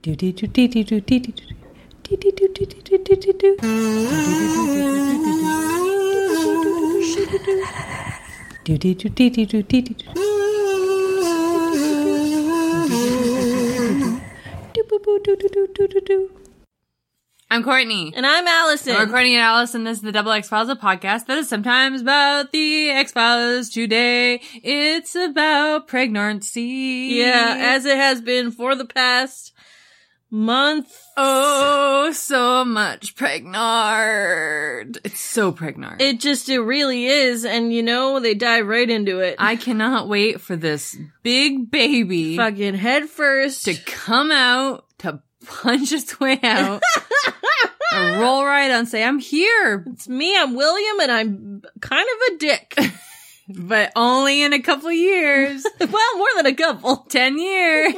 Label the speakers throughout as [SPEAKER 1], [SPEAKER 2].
[SPEAKER 1] Do do do do do do do do do. Do, do, do, do, do, do, do, do, do. Do, do, do, do, do, do, do, do, do. Do, boo, boo, do, do, do, do, do, do.
[SPEAKER 2] I'm Courtney.
[SPEAKER 3] And I'm Allison.
[SPEAKER 2] We're Courtney and Alice, and this is the Double X Files, a podcast that is sometimes about the X Files. Today, it's about pregnancy.
[SPEAKER 3] yeah, as it has been for the past month.
[SPEAKER 2] oh, so much pregnard. It's so pregnard.
[SPEAKER 3] It just, it really is. And you know, they dive right into it.
[SPEAKER 2] I cannot wait for this big baby
[SPEAKER 3] fucking head first.
[SPEAKER 2] to come out to punch its way out. and roll right on, say, I'm here,
[SPEAKER 3] It's me, I'm William, and I'm kind of a dick.
[SPEAKER 2] but only in a couple years.
[SPEAKER 3] well, more than a couple.
[SPEAKER 2] 10 years.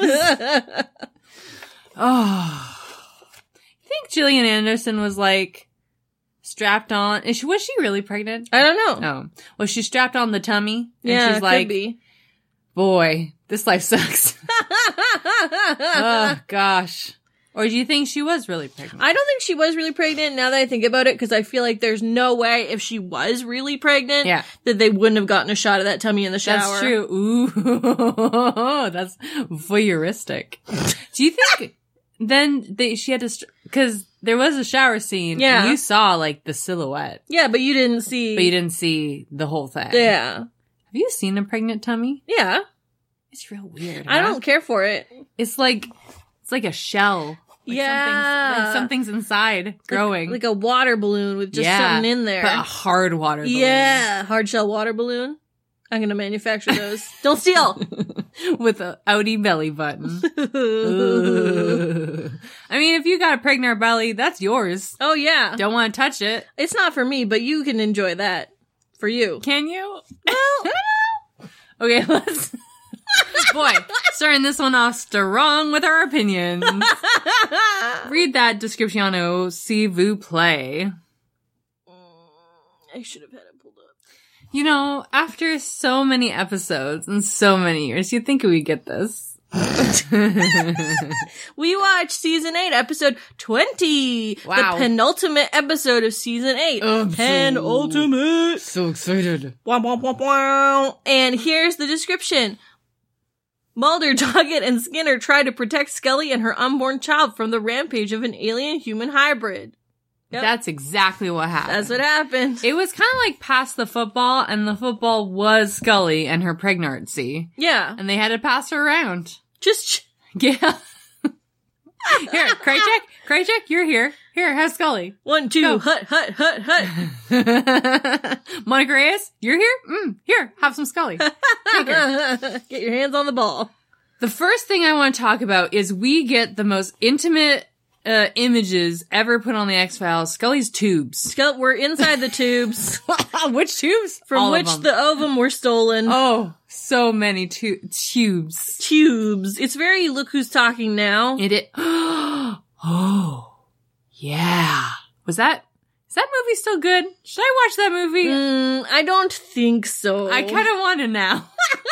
[SPEAKER 2] Oh, I think Gillian Anderson was like strapped on. Is she, was she really pregnant?
[SPEAKER 3] I don't know.
[SPEAKER 2] Oh, was she strapped on the tummy? And
[SPEAKER 3] yeah,
[SPEAKER 2] she's
[SPEAKER 3] could
[SPEAKER 2] like,
[SPEAKER 3] be.
[SPEAKER 2] boy, this life sucks. oh gosh. Or do you think she was really pregnant?
[SPEAKER 3] I don't think she was really pregnant now that I think about it because I feel like there's no way if she was really pregnant
[SPEAKER 2] Yeah.
[SPEAKER 3] that they wouldn't have gotten a shot of that tummy in the shower.
[SPEAKER 2] that's true. Ooh, that's voyeuristic. Do you think then they, she had to, because there was a shower scene. and
[SPEAKER 3] Yeah.
[SPEAKER 2] you saw like the silhouette,
[SPEAKER 3] Yeah, but you didn't see.
[SPEAKER 2] but you didn't see the whole thing.
[SPEAKER 3] Yeah.
[SPEAKER 2] Have you seen a pregnant tummy?
[SPEAKER 3] Yeah.
[SPEAKER 2] It's real weird.
[SPEAKER 3] I
[SPEAKER 2] huh?
[SPEAKER 3] don't care for it.
[SPEAKER 2] It's like it's like a shell. Like
[SPEAKER 3] Yeah.
[SPEAKER 2] something's, like something's inside growing.
[SPEAKER 3] Uh, Like a water balloon with just
[SPEAKER 2] Yeah,
[SPEAKER 3] something in there.
[SPEAKER 2] but a hard water. balloon
[SPEAKER 3] yeah. Hard shell water balloon. I'm gonna manufacture those. Don't steal.
[SPEAKER 2] with a outie belly button. Ugh. I mean, if you got a pregnant belly, that's yours.
[SPEAKER 3] oh yeah.
[SPEAKER 2] Don't want to touch it.
[SPEAKER 3] It's not for me, but you can enjoy that. For you.
[SPEAKER 2] Can you? okay, let's. Boy, starting this one off strong with our opinions. Read that description, si vous plaît.
[SPEAKER 3] I should have had it pulled up.
[SPEAKER 2] You know, after so many episodes and so many years, you'd think we get this.
[SPEAKER 3] We watched season eight, episode twenty.
[SPEAKER 2] Wow.
[SPEAKER 3] The penultimate episode of season eight.
[SPEAKER 2] Absolute.
[SPEAKER 3] Penultimate.
[SPEAKER 2] so excited.
[SPEAKER 3] Wah, wah, wah, wah. And here's the description. Mulder, Doggett, and Skinner try to protect Scully and her unborn child from the rampage of an alien human hybrid. Yep.
[SPEAKER 2] That's exactly what happened.
[SPEAKER 3] That's what happened.
[SPEAKER 2] it was kind of like pass the football, and the football was Scully and her pregnancy,
[SPEAKER 3] yeah.
[SPEAKER 2] and they had to pass her around.
[SPEAKER 3] Just
[SPEAKER 2] Yeah. here, Krychek, Krychek, you're here. Here, have Scully.
[SPEAKER 3] one, two,
[SPEAKER 2] Go.
[SPEAKER 3] hut, hut, hut, hut.
[SPEAKER 2] Monica Reyes, you're here. Mm, here, have some Scully. Take her.
[SPEAKER 3] Get your hands on the ball.
[SPEAKER 2] The first thing I want to talk about is we get the most intimate uh, images ever put on the X Files. Scully's tubes.
[SPEAKER 3] Scully, we're inside the tubes
[SPEAKER 2] which tubes?
[SPEAKER 3] from which the ovum were stolen.
[SPEAKER 2] oh, so many tu- tubes.
[SPEAKER 3] Tubes. It's very look who's talking now.
[SPEAKER 2] It it. oh, yeah. Was that is that movie still good? Should I watch that movie?
[SPEAKER 3] Mm, I don't think so.
[SPEAKER 2] I kind of want to now.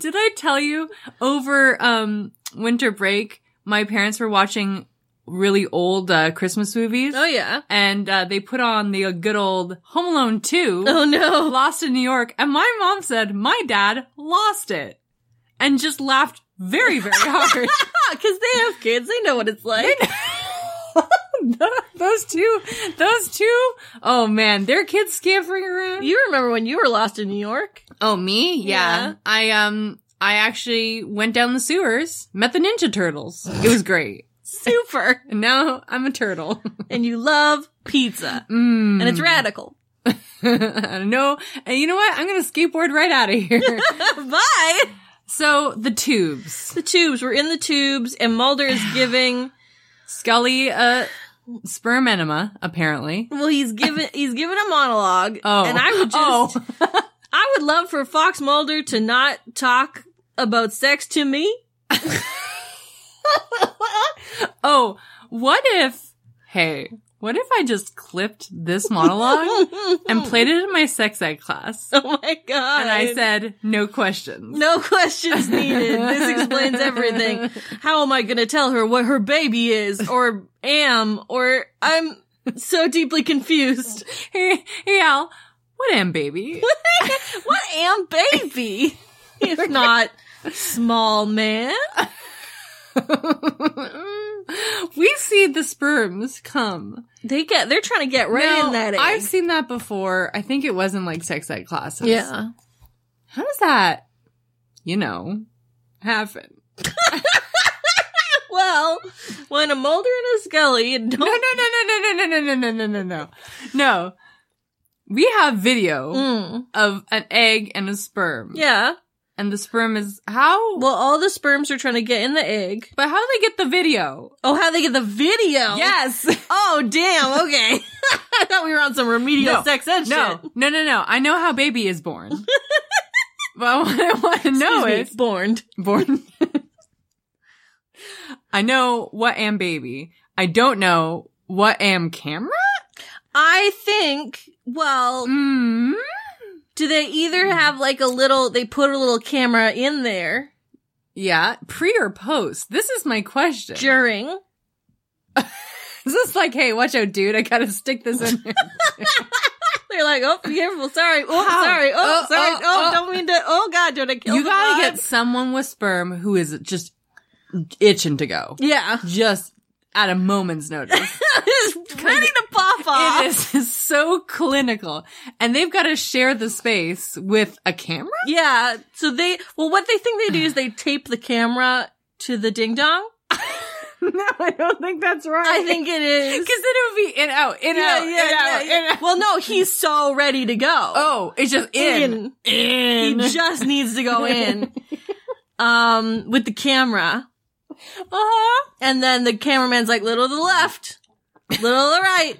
[SPEAKER 2] Did I tell you over um winter break my parents were watching really old uh, Christmas movies?
[SPEAKER 3] Oh yeah.
[SPEAKER 2] and uh, they put on the good old Home Alone 2,
[SPEAKER 3] Oh no.
[SPEAKER 2] Lost in New York, and my mom said my dad lost it and just laughed very, very hard.
[SPEAKER 3] because they have kids. They know what it's like.
[SPEAKER 2] those two, those two, oh man, their kids scampering around.
[SPEAKER 3] You remember when you were lost in New York?
[SPEAKER 2] oh me, yeah.
[SPEAKER 3] Yeah.
[SPEAKER 2] I um, I actually went down the sewers, met the Ninja Turtles. It was great.
[SPEAKER 3] Super.
[SPEAKER 2] And now I'm a turtle.
[SPEAKER 3] and you love pizza.
[SPEAKER 2] Mm.
[SPEAKER 3] And it's radical.
[SPEAKER 2] I know. And you know what? I'm gonna skateboard right out of here.
[SPEAKER 3] Bye.
[SPEAKER 2] so the tubes.
[SPEAKER 3] The tubes. We're in the tubes, and Mulder is giving.
[SPEAKER 2] Scully, uh, sperm enema, apparently.
[SPEAKER 3] Well, he's giving. He's giving a monologue.
[SPEAKER 2] Oh.
[SPEAKER 3] and I would just.
[SPEAKER 2] Oh.
[SPEAKER 3] I would love for Fox Mulder to not talk about sex to me.
[SPEAKER 2] Oh, what if, hey, What if I just clipped this monologue and played it in my sex ed class?
[SPEAKER 3] Oh my god.
[SPEAKER 2] And I said, no questions.
[SPEAKER 3] No questions needed. This explains everything. How am I going to tell her what her baby is or am or I'm so deeply confused.
[SPEAKER 2] Hey, hey Al, what am baby?
[SPEAKER 3] What am baby? If not small man.
[SPEAKER 2] we see the sperms come.
[SPEAKER 3] They get they're trying to get right
[SPEAKER 2] Now,
[SPEAKER 3] in that egg.
[SPEAKER 2] I've seen that before. I think it was in like sex ed classes.
[SPEAKER 3] yeah.
[SPEAKER 2] How does that, you know, happen?
[SPEAKER 3] Well, when a molder and a scully don't
[SPEAKER 2] No, no, no, no, no, no, no, no, no, no, no, no. No. We have video
[SPEAKER 3] Mm.
[SPEAKER 2] of an egg and a sperm.
[SPEAKER 3] Yeah.
[SPEAKER 2] And the sperm is how?
[SPEAKER 3] Well, all the sperms are trying to get in the egg.
[SPEAKER 2] but how do they get the video?
[SPEAKER 3] Oh, how they get the video?
[SPEAKER 2] Yes.
[SPEAKER 3] Oh, damn. Okay. I thought we were on some remedial
[SPEAKER 2] No.
[SPEAKER 3] sex ed
[SPEAKER 2] no,
[SPEAKER 3] shit.
[SPEAKER 2] no, no, no. I know how baby is born. but what I want to know
[SPEAKER 3] it's
[SPEAKER 2] is
[SPEAKER 3] born.
[SPEAKER 2] born. I know what am baby. I don't know what am camera.
[SPEAKER 3] I think. Well, Mm-hmm.
[SPEAKER 2] Mm.
[SPEAKER 3] do they either have like a little? They put a little camera in there
[SPEAKER 2] Yeah. Pre or post? This is my question.
[SPEAKER 3] during.
[SPEAKER 2] Is this like, hey, watch out, dude. I gotta stick this in here.
[SPEAKER 3] They're like, oh, be careful. Sorry. Oh,
[SPEAKER 2] How?
[SPEAKER 3] sorry. Oh,
[SPEAKER 2] Oh,
[SPEAKER 3] sorry.
[SPEAKER 2] oh,
[SPEAKER 3] Oh,
[SPEAKER 2] oh.
[SPEAKER 3] don't mean to. Oh, God, don't I kill
[SPEAKER 2] you
[SPEAKER 3] the
[SPEAKER 2] gotta
[SPEAKER 3] vibe?
[SPEAKER 2] get someone with sperm who is just itching to go.
[SPEAKER 3] Yeah.
[SPEAKER 2] Just at a moment's notice.
[SPEAKER 3] It's ready to pop off.
[SPEAKER 2] it is so clinical. And they've gotta share the space with a camera?
[SPEAKER 3] Yeah. So they, well, what they think they do is they tape the camera to the ding dong.
[SPEAKER 2] No, I don't think that's right.
[SPEAKER 3] I think it
[SPEAKER 2] Cause
[SPEAKER 3] is.
[SPEAKER 2] then it would be in, out, in, out, in, out, in, out.
[SPEAKER 3] Well, no, he's so ready to go.
[SPEAKER 2] Oh, it's just in.
[SPEAKER 3] In. He just needs to go in. Um, with the camera.
[SPEAKER 2] Uh-huh.
[SPEAKER 3] And then the cameraman's like, little to the left, little to the right.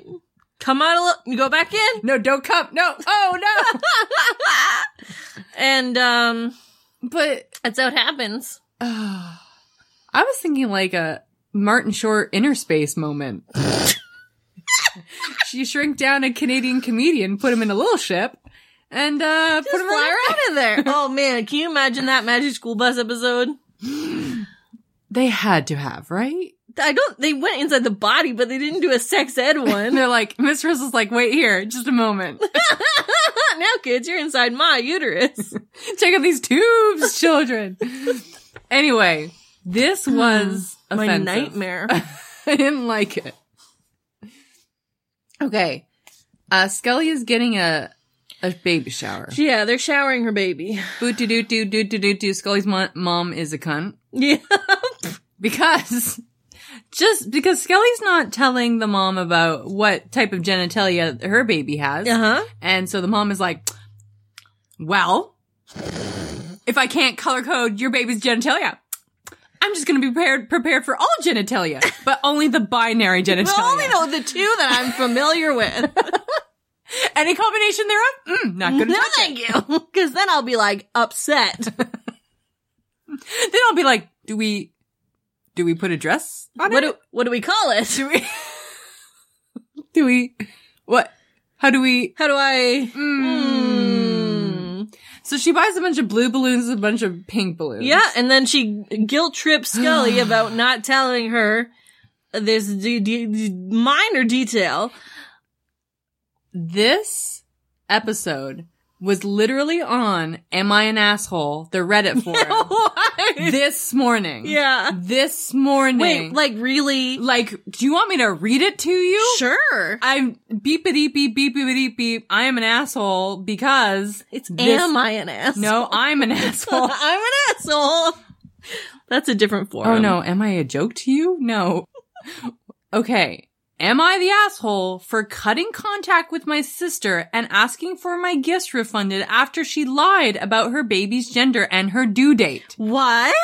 [SPEAKER 3] Come out a little, you go back in. Ah!
[SPEAKER 2] No, don't come. No. Oh,
[SPEAKER 3] And, um,
[SPEAKER 2] no. but
[SPEAKER 3] that's how it happens.
[SPEAKER 2] I was thinking like a Martin Short inner space moment. she shrink down a Canadian comedian, put him in a little ship, and uh, put
[SPEAKER 3] Just
[SPEAKER 2] him
[SPEAKER 3] fly
[SPEAKER 2] right.
[SPEAKER 3] right out of there. Oh man, can you imagine that Magic School Bus episode?
[SPEAKER 2] They had to have right.
[SPEAKER 3] I don't. They went inside the body, but they didn't do a sex ed
[SPEAKER 2] And
[SPEAKER 3] one.
[SPEAKER 2] they're like, Miss Rizzle's like, wait here, just a moment.
[SPEAKER 3] now, kids, you're inside my uterus.
[SPEAKER 2] Check out these tubes, children. anyway, this was
[SPEAKER 3] my
[SPEAKER 2] offensive.
[SPEAKER 3] nightmare.
[SPEAKER 2] I didn't like it. Okay, uh, Scully is getting a a baby shower.
[SPEAKER 3] yeah, they're showering her baby.
[SPEAKER 2] Boot doo doo doo doo doo doo doo. Scully's mo- mom is a cunt
[SPEAKER 3] Yeah,
[SPEAKER 2] because just because Scully's not telling the mom about what type of genitalia her baby has,
[SPEAKER 3] uh huh.
[SPEAKER 2] and so the mom is like, "Well, if I can't color code your baby's genitalia." I'm just gonna be prepared prepared for all genitalia, but only the binary genitalia.
[SPEAKER 3] Well, only know the two that I'm familiar with.
[SPEAKER 2] Any combination thereof, mm, not good
[SPEAKER 3] no,
[SPEAKER 2] enough.
[SPEAKER 3] thank you. Because then I'll be like upset.
[SPEAKER 2] Then I'll be like, do we, do we put a dress on
[SPEAKER 3] what
[SPEAKER 2] it?
[SPEAKER 3] do what do we call it?
[SPEAKER 2] Do we? do we? What? How do we?
[SPEAKER 3] How do I? Mm.
[SPEAKER 2] So she buys a bunch of blue balloons, a bunch of pink balloons.
[SPEAKER 3] Yeah, and then she guilt trips Scully about not telling her this d- d- d- minor detail.
[SPEAKER 2] This episode was literally on "Am I an asshole?" The Reddit forum
[SPEAKER 3] Why?
[SPEAKER 2] this morning.
[SPEAKER 3] Yeah.
[SPEAKER 2] This morning.
[SPEAKER 3] Wait, like really?
[SPEAKER 2] like, do you want me to read it to you?
[SPEAKER 3] Sure.
[SPEAKER 2] I'm beep beep beep beep beep beep. I am an asshole because
[SPEAKER 3] It's
[SPEAKER 2] this-
[SPEAKER 3] am I an asshole?
[SPEAKER 2] no, I'm an asshole.
[SPEAKER 3] I'm an asshole. That's a different form.
[SPEAKER 2] Oh no, am I a joke to you? No. okay. Am I the asshole for cutting contact with my sister and asking for my gifts refunded after she lied about her baby's gender and her due date?
[SPEAKER 3] What?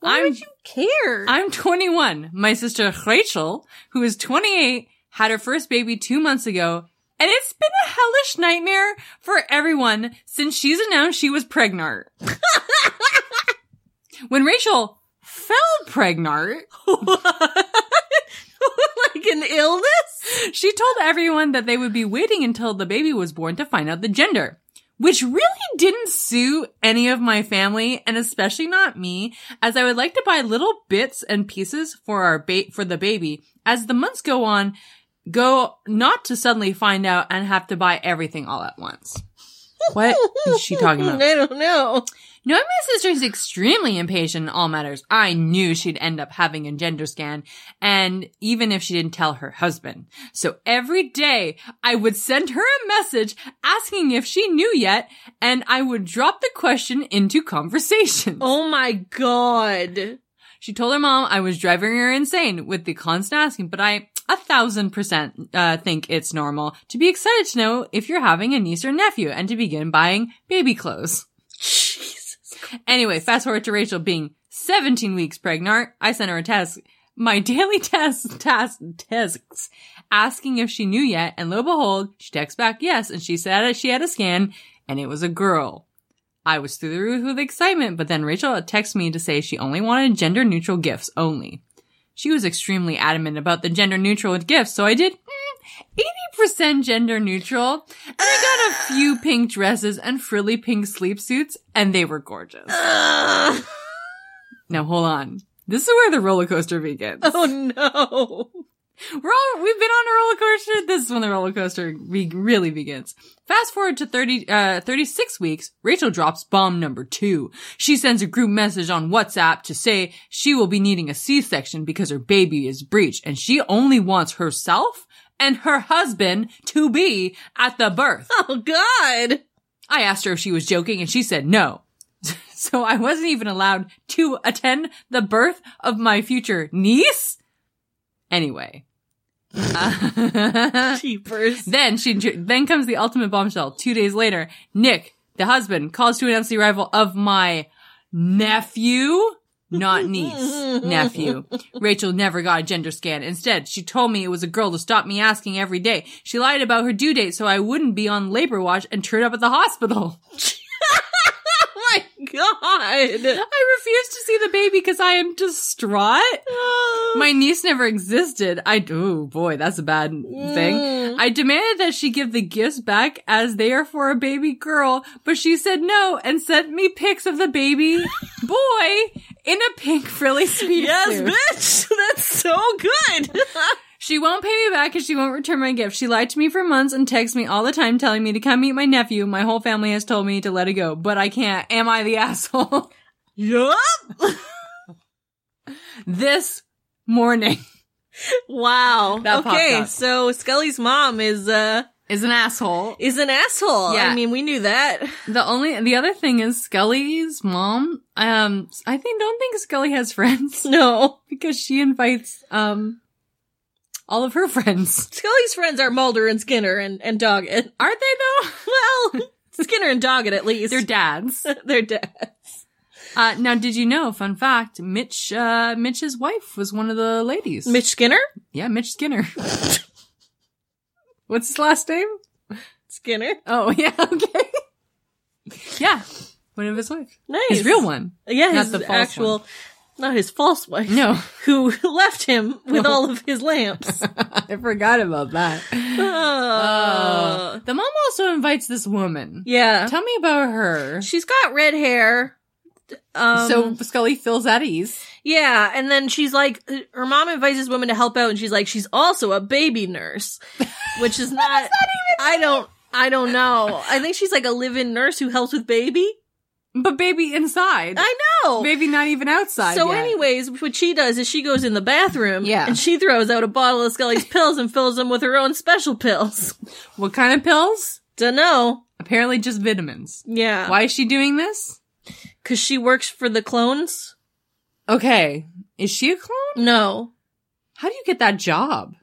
[SPEAKER 3] Why
[SPEAKER 2] I'm-
[SPEAKER 3] would you care?
[SPEAKER 2] I'm 21. My sister Rachel, who is 28, had her first baby two months ago, and it's been a hellish nightmare for everyone since she's announced she was pregnant. when Rachel fell pregnant,
[SPEAKER 3] like an illness?
[SPEAKER 2] She told everyone that they would be waiting until the baby was born to find out the gender, which really didn't suit any of my family and especially not me, as I would like to buy little bits and pieces for our bait for the baby as the months go on, go not to suddenly find out and have to buy everything all at once. What is she talking about?
[SPEAKER 3] I don't know.
[SPEAKER 2] Knowing my sister is extremely impatient in all matters, I knew she'd end up having a gender scan, and even if she didn't tell her husband. So every day, I would send her a message asking if she knew yet, and I would drop the question into conversation.
[SPEAKER 3] Oh my god.
[SPEAKER 2] She told her mom I was driving her insane with the constant asking, but I a thousand percent uh, think it's normal to be excited to know if you're having a niece or nephew and to begin buying baby clothes.
[SPEAKER 3] Jesus.
[SPEAKER 2] Anyway, fast forward to Rachel being 17 weeks pregnant. I sent her a test, my daily test, task, tests, asking if she knew yet. And lo and behold, she texts back yes. And she said she had a scan and it was a girl. I was through the roof with excitement, but then Rachel texted me to say she only wanted gender neutral gifts only. She was extremely adamant about the gender neutral gifts, so I did mm, 80% gender neutral. And I got a few pink dresses and frilly pink sleep suits, and they were gorgeous.
[SPEAKER 3] Ugh.
[SPEAKER 2] Now hold on. This is where the roller coaster begins.
[SPEAKER 3] Oh no.
[SPEAKER 2] We're all we've been on a roller coaster. This is when the roller coaster be- really begins. Fast forward to 30, uh, 36 weeks. Rachel drops bomb number two. She sends a group message on WhatsApp to say she will be needing a C-section because her baby is breech and she only wants herself and her husband to be at the birth.
[SPEAKER 3] Oh god.
[SPEAKER 2] I asked her if she was joking and she said no. so I wasn't even allowed to attend the birth of my future niece. Anyway. Uh,
[SPEAKER 3] Cheapers.
[SPEAKER 2] then she then comes the ultimate bombshell. 2 days later, Nick, the husband, calls to announce the arrival of my nephew, not niece, nephew. Rachel never got a gender scan. Instead, she told me it was a girl to stop me asking every day. She lied about her due date so I wouldn't be on labor watch and turn up at the hospital.
[SPEAKER 3] oh my god.
[SPEAKER 2] I refuse to see the baby because I am distraught.
[SPEAKER 3] Oh,
[SPEAKER 2] My niece never existed. I oh boy, that's a bad thing. I demanded that she give the gifts back as they are for a baby girl, but she said no and sent me pics of the baby boy in a pink frilly speed
[SPEAKER 3] yes,
[SPEAKER 2] suit.
[SPEAKER 3] bitch. That's so good.
[SPEAKER 2] She won't pay me back and she won't return my gift. She lied to me for months and texts me all the time telling me to come meet my nephew. My whole family has told me to let it go, but I can't. Am I the asshole?
[SPEAKER 3] yup.
[SPEAKER 2] this morning
[SPEAKER 3] Wow.
[SPEAKER 2] That popped
[SPEAKER 3] okay,
[SPEAKER 2] up.
[SPEAKER 3] so Scully's mom is uh
[SPEAKER 2] is an asshole.
[SPEAKER 3] is an asshole.
[SPEAKER 2] Yeah.
[SPEAKER 3] I mean, we knew that.
[SPEAKER 2] The only the other thing is Scully's mom. Um, I think don't think Scully has friends
[SPEAKER 3] No.
[SPEAKER 2] because she invites um all of her friends.
[SPEAKER 3] Scully's friends are Mulder and Skinner and, and Doggett.
[SPEAKER 2] Aren't they
[SPEAKER 3] Well, Skinner and Doggett at least.
[SPEAKER 2] though? They're dads.
[SPEAKER 3] They're dead.
[SPEAKER 2] Uh, now, did you know? Fun fact: Mitch, uh, Mitch's wife was one of the ladies.
[SPEAKER 3] Mitch Skinner?
[SPEAKER 2] yeah, Mitch Skinner. What's his last name?
[SPEAKER 3] Skinner.
[SPEAKER 2] Oh, yeah, okay, yeah, one of his wife,
[SPEAKER 3] Nice.
[SPEAKER 2] his real one.
[SPEAKER 3] Yeah,
[SPEAKER 2] Not
[SPEAKER 3] his
[SPEAKER 2] the false
[SPEAKER 3] actual, not his false wife.
[SPEAKER 2] No. Uh.
[SPEAKER 3] who left him with all of his lamps.
[SPEAKER 2] I forgot about that.
[SPEAKER 3] oh.
[SPEAKER 2] The mom also invites this woman.
[SPEAKER 3] Yeah,
[SPEAKER 2] Tell me about her.
[SPEAKER 3] she's got red hair. Um,
[SPEAKER 2] so
[SPEAKER 3] so
[SPEAKER 2] Scully feels at ease.
[SPEAKER 3] yeah, and then she's like, her mom invites this woman to help out, and she's like, she's also a baby nurse, which is not. I don't. I don't know. I think she's like a live-in nurse who helps with baby.
[SPEAKER 2] But baby inside.
[SPEAKER 3] I know.
[SPEAKER 2] Baby not even outside.
[SPEAKER 3] So,
[SPEAKER 2] yet.
[SPEAKER 3] anyways, what she does is she goes in the bathroom,
[SPEAKER 2] Yeah.
[SPEAKER 3] and she throws out a bottle of Scully's pills and fills them with her own special pills.
[SPEAKER 2] What kind of pills?
[SPEAKER 3] Dunno.
[SPEAKER 2] Apparently just vitamins.
[SPEAKER 3] Yeah,
[SPEAKER 2] Why is she doing this?
[SPEAKER 3] Because she works for the clones.
[SPEAKER 2] Okay. Is she a clone?
[SPEAKER 3] No,
[SPEAKER 2] How do you get that job?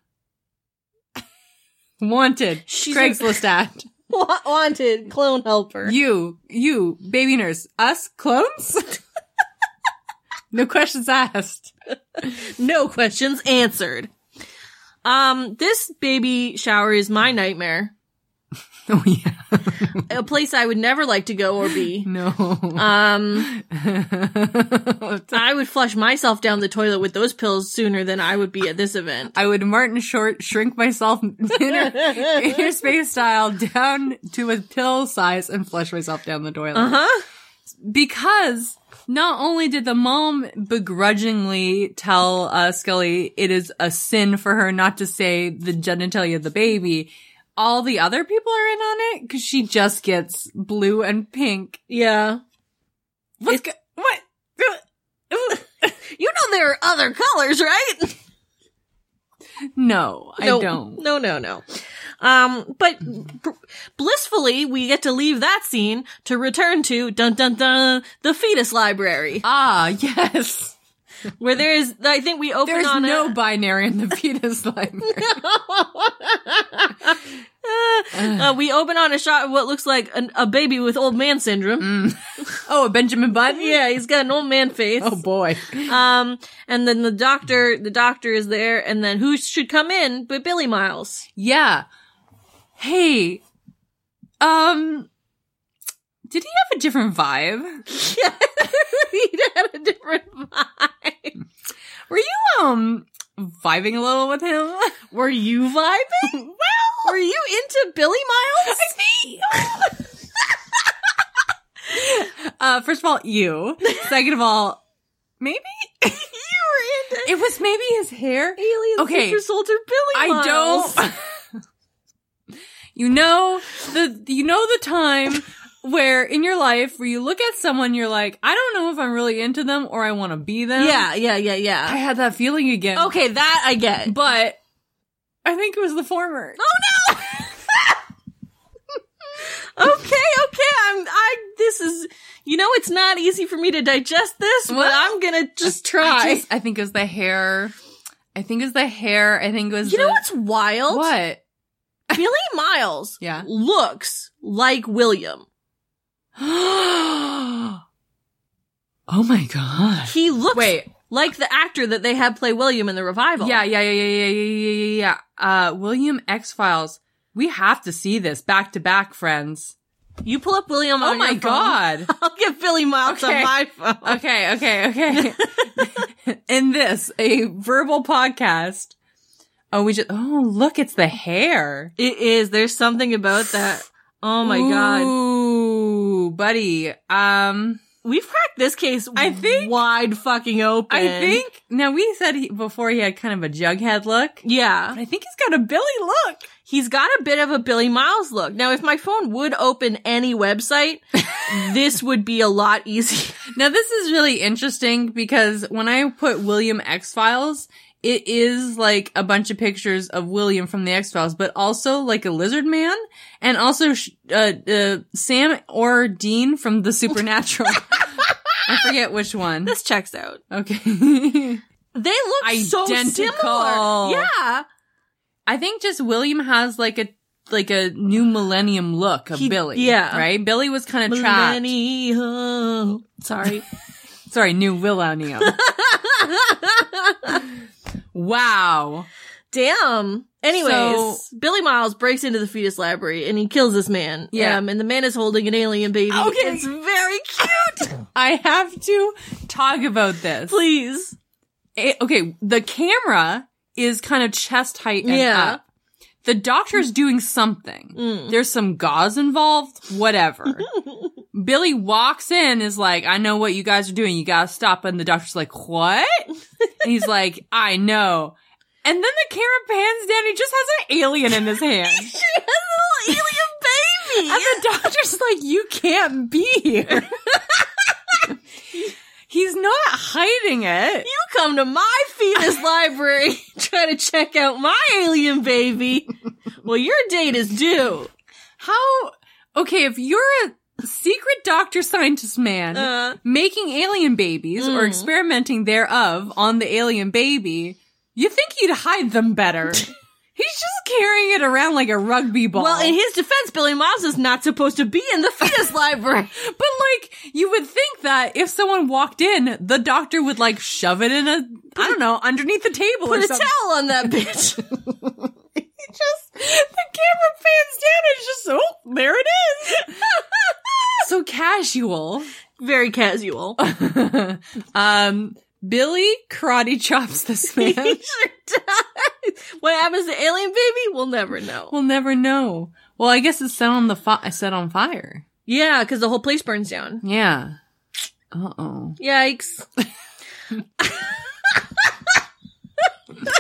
[SPEAKER 2] Wanted.
[SPEAKER 3] She's a-
[SPEAKER 2] Craigslist ad.
[SPEAKER 3] Wa- wanted clone helper.
[SPEAKER 2] You, you, baby nurse, us clones? no questions asked.
[SPEAKER 3] no questions answered. Um, this baby shower is my nightmare.
[SPEAKER 2] Oh yeah.
[SPEAKER 3] a place I would never like to go or be.
[SPEAKER 2] No.
[SPEAKER 3] Um,
[SPEAKER 2] I
[SPEAKER 3] I would flush myself down the toilet with those pills sooner than I would be at this event.
[SPEAKER 2] would Martin Short shrink myself inner, inner space style down to a pill size and flush myself down the toilet.
[SPEAKER 3] Uh huh.
[SPEAKER 2] Because not only did the mom begrudgingly tell uh, Scully it is a sin for her not to say the genitalia of the baby, all the other people are in on it because she just gets blue and pink.
[SPEAKER 3] Yeah.
[SPEAKER 2] What's go- what?
[SPEAKER 3] You know there are other colors, right?
[SPEAKER 2] No,
[SPEAKER 3] No,
[SPEAKER 2] I don't.
[SPEAKER 3] No, no, no. Um, but br- blissfully, we get to leave that scene to return to dun dun dun the fetus library,
[SPEAKER 2] Ah, yes.
[SPEAKER 3] where there is. I think we open
[SPEAKER 2] There's
[SPEAKER 3] on
[SPEAKER 2] no
[SPEAKER 3] a,
[SPEAKER 2] binary in the fetus library.
[SPEAKER 3] uh, we open on a shot of what looks like an, a baby with old man syndrome.
[SPEAKER 2] Oh, a Benjamin Button?
[SPEAKER 3] Yeah, he's got an old man face.
[SPEAKER 2] Oh boy.
[SPEAKER 3] Um, and then the doctor, the doctor is there, and then who should come in but Billy Miles?
[SPEAKER 2] Yeah. Hey. Um did he have a different vibe?
[SPEAKER 3] Yeah, he had a different vibe.
[SPEAKER 2] Were you um vibing a little with him?
[SPEAKER 3] Were you vibing? well, were you into Billy Miles?
[SPEAKER 2] Uh first of all, you. Second of all, maybe
[SPEAKER 3] you were into
[SPEAKER 2] it was maybe his hair.
[SPEAKER 3] Alien
[SPEAKER 2] Okay.
[SPEAKER 3] Super Soldier Billy
[SPEAKER 2] I
[SPEAKER 3] Miles.
[SPEAKER 2] don't. you know the you know the time where in your life where you look at someone you're like I don't know if I'm really into them or I want to be them.
[SPEAKER 3] Yeah, yeah, yeah,
[SPEAKER 2] I
[SPEAKER 3] yeah.
[SPEAKER 2] had that feeling again.
[SPEAKER 3] Okay, that I get.
[SPEAKER 2] but I think it was the former.
[SPEAKER 3] Oh, Okay, okay. I'm. I. This is. You know, it's not easy for me to digest this, but
[SPEAKER 2] Well,
[SPEAKER 3] I'm gonna just
[SPEAKER 2] I,
[SPEAKER 3] try.
[SPEAKER 2] just- I think it was the hair. I think it was the hair. I think it was
[SPEAKER 3] you know
[SPEAKER 2] the-
[SPEAKER 3] what's wild?
[SPEAKER 2] what?
[SPEAKER 3] Billy Miles.
[SPEAKER 2] Yeah.
[SPEAKER 3] Looks like William.
[SPEAKER 2] oh my god.
[SPEAKER 3] He looks
[SPEAKER 2] Wait.
[SPEAKER 3] like the actor that they had play William in the revival.
[SPEAKER 2] Yeah, yeah, yeah, yeah, yeah, yeah, yeah, yeah, yeah. Uh, William X Files. We have to see this back to back, friends.
[SPEAKER 3] You pull up William.
[SPEAKER 2] Oh
[SPEAKER 3] on your
[SPEAKER 2] my
[SPEAKER 3] phone.
[SPEAKER 2] god.
[SPEAKER 3] I'll get Billy Miles
[SPEAKER 2] Okay.
[SPEAKER 3] on my phone.
[SPEAKER 2] okay, okay, okay. In this, a verbal podcast. Oh, we just. Oh, look, it's the hair.
[SPEAKER 3] It is. There's something about that. Oh my god.
[SPEAKER 2] Ooh, buddy. Um,
[SPEAKER 3] We've cracked this case
[SPEAKER 2] I think-
[SPEAKER 3] wide fucking open.
[SPEAKER 2] I think now we said he, before he had kind of a jughead look.
[SPEAKER 3] Yeah.
[SPEAKER 2] I think he's got a Billy look.
[SPEAKER 3] He's got a bit of a Billy Miles look. Now if my phone would open any website, this would be a lot easier.
[SPEAKER 2] Now this is really interesting because when I put William X Files, it is like a bunch of pictures of William from the X Files, but also like a lizard man and also sh- uh, uh, Sam or Dean from the Supernatural. I forget which one.
[SPEAKER 3] This checks out.
[SPEAKER 2] Okay.
[SPEAKER 3] They look so
[SPEAKER 2] Identical.
[SPEAKER 3] similar. Yeah.
[SPEAKER 2] I think just William has like a like a new millennium look of
[SPEAKER 3] He-
[SPEAKER 2] Billy.
[SPEAKER 3] yeah.
[SPEAKER 2] Right? Billy was kind of trapped.
[SPEAKER 3] Millennial. Sorry.
[SPEAKER 2] Sorry, new millennium. wow.
[SPEAKER 3] Damn. Anyways,
[SPEAKER 2] So-
[SPEAKER 3] Billy Miles breaks into the fetus library and he kills this man.
[SPEAKER 2] Yeah.
[SPEAKER 3] Um, and the man is holding an alien baby.
[SPEAKER 2] Okay.
[SPEAKER 3] It's very cute.
[SPEAKER 2] I have to talk about this.
[SPEAKER 3] Please.
[SPEAKER 2] It- okay, the camera is kind of chest height and
[SPEAKER 3] Yeah. Mm.
[SPEAKER 2] up. The doctor's doing something. There's some gauze involved, whatever. Billy walks in, is like, I know what you guys are doing. You gotta stop. And the doctor's like, what? and he's like, I know. And then the camera pans down. He just has an alien in his hand.
[SPEAKER 3] She has a little alien baby.
[SPEAKER 2] And the doctor's like, you can't be here. He's not hiding it.
[SPEAKER 3] you come to my fetus library trying to check out my alien baby. well, your date is due.
[SPEAKER 2] How? Okay, if you're a secret doctor scientist man
[SPEAKER 3] Uh.
[SPEAKER 2] making alien babies
[SPEAKER 3] Mm.
[SPEAKER 2] or experimenting thereof on the alien baby, you think you'd hide them better. He's just carrying it around like a rugby ball.
[SPEAKER 3] Well, in his defense, Billy Miles is not supposed to be in the fetus library.
[SPEAKER 2] but like, you would think that if someone walked in, the doctor would like shove it in a, I don't know, underneath the table or
[SPEAKER 3] Put a
[SPEAKER 2] something.
[SPEAKER 3] towel on that bitch.
[SPEAKER 2] just the
[SPEAKER 4] camera pans down, it's just oh, there it is.
[SPEAKER 2] so casual.
[SPEAKER 3] Very casual.
[SPEAKER 2] um, Billy karate chops this man.
[SPEAKER 3] what happens to Alien Baby? We'll never know.
[SPEAKER 2] we'll never know. Well, I guess it's set on the fi- set on fire.
[SPEAKER 3] Yeah, because the whole place burns down.
[SPEAKER 2] Yeah. Uh oh.
[SPEAKER 3] Yikes.
[SPEAKER 2] That's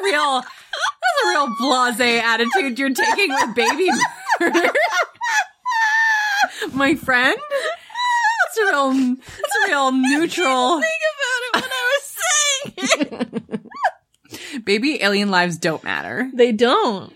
[SPEAKER 2] a real. That's a real blase attitude you're taking with baby murder, my friend. That's a real. That's a real neutral.
[SPEAKER 3] about it when I was saying it.
[SPEAKER 2] Baby alien lives don't matter.
[SPEAKER 3] They don't.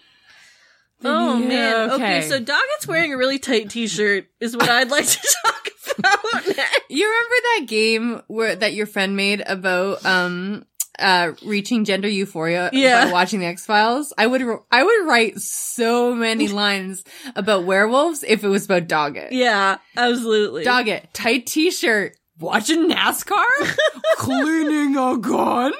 [SPEAKER 3] Oh
[SPEAKER 2] Yeah,
[SPEAKER 3] man.
[SPEAKER 2] okay.
[SPEAKER 3] Okay. so Doggett's wearing a really tight t-shirt is what I'd like to talk about next.
[SPEAKER 2] You remember that game where that your friend made about um uh reaching gender euphoria
[SPEAKER 3] Yeah.
[SPEAKER 2] by watching the X Files? I would I would write so many lines about werewolves if it was about Doggett.
[SPEAKER 3] Yeah, absolutely.
[SPEAKER 2] Doggett, tight T-shirt, watching NASCAR, cleaning a gun,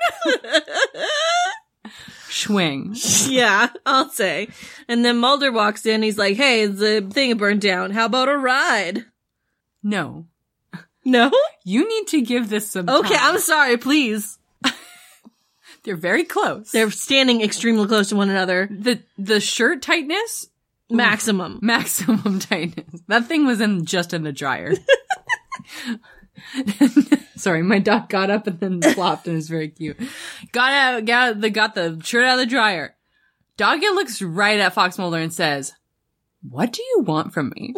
[SPEAKER 2] swing.
[SPEAKER 3] yeah, I'll say. And then Mulder walks in, he's like, Hey, the thing burned down. How about a ride?
[SPEAKER 2] No,
[SPEAKER 3] No?
[SPEAKER 2] you need to give this some.
[SPEAKER 3] Okay,
[SPEAKER 2] time.
[SPEAKER 3] I'm sorry, please.
[SPEAKER 2] they're very close.
[SPEAKER 3] They're standing extremely close to one another.
[SPEAKER 2] the the shirt tightness
[SPEAKER 3] Maximum.
[SPEAKER 2] maximum tightness. That thing was in just in the dryer. Sorry, my dog got up and then flopped and it was very cute. Got out, got out the got the shirt out of the dryer. Doggett looks right at Fox Mulder and says, "What do you want from me?"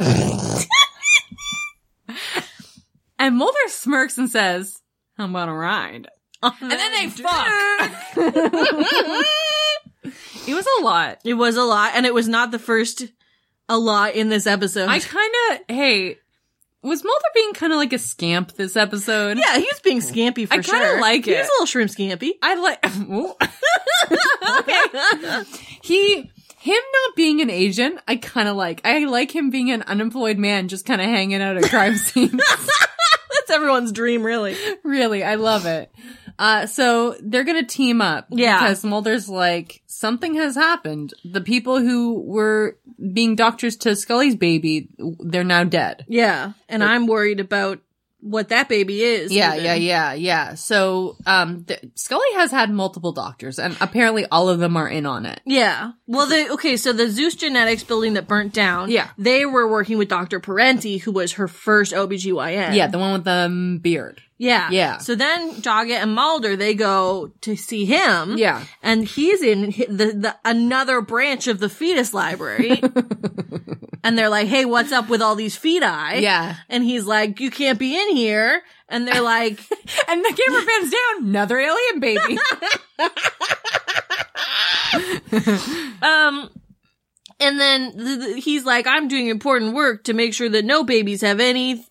[SPEAKER 2] and Mulder smirks and says, "I'm gonna ride." And then they fuck. it was a lot.
[SPEAKER 3] It was a lot, and it was not the first a lot in this episode.
[SPEAKER 2] I kind of hey, was Mulder being kind of like a scamp this episode?
[SPEAKER 3] yeah, he was being scampy for
[SPEAKER 2] I
[SPEAKER 3] sure.
[SPEAKER 2] kinda like
[SPEAKER 3] He was
[SPEAKER 2] it.
[SPEAKER 3] a little shrimp scampy.
[SPEAKER 2] I like. Ooh. He him not being an agent, I kind of like. I like him being an unemployed man, just kind of hanging out at crime scenes.
[SPEAKER 3] That's everyone's dream, really.
[SPEAKER 2] really, I love it. Uh, so they're gonna team up,
[SPEAKER 3] Yeah.
[SPEAKER 2] Because Mulder's like, something has happened. The people who were being doctors to Scully's baby, they're now dead.
[SPEAKER 3] Yeah, and I'm worried about what that baby is.
[SPEAKER 2] Yeah,
[SPEAKER 3] even.
[SPEAKER 2] yeah, yeah, yeah. So, um, th- Scully has had multiple doctors, and apparently all of them are in on it.
[SPEAKER 3] Yeah. Well, the okay, so the Zeus Genetics building that burnt down.
[SPEAKER 2] Yeah.
[SPEAKER 3] They were working with Dr. Parenti, who was her first OBGYN.
[SPEAKER 2] Yeah, the one with the um, beard.
[SPEAKER 3] Yeah.
[SPEAKER 2] Yeah.
[SPEAKER 3] So then Doggett and Mulder, they go to see him.
[SPEAKER 2] Yeah.
[SPEAKER 3] And he's in hi- the, the another branch of the fetus library. and they're like, hey, what's up with all these feti?
[SPEAKER 2] Yeah.
[SPEAKER 3] And he's like, you can't be in here. And they're like,
[SPEAKER 2] And the camera pans down, another alien baby.
[SPEAKER 3] Um, and then th- th- he's like, "I'm doing important work to make sure that no babies have any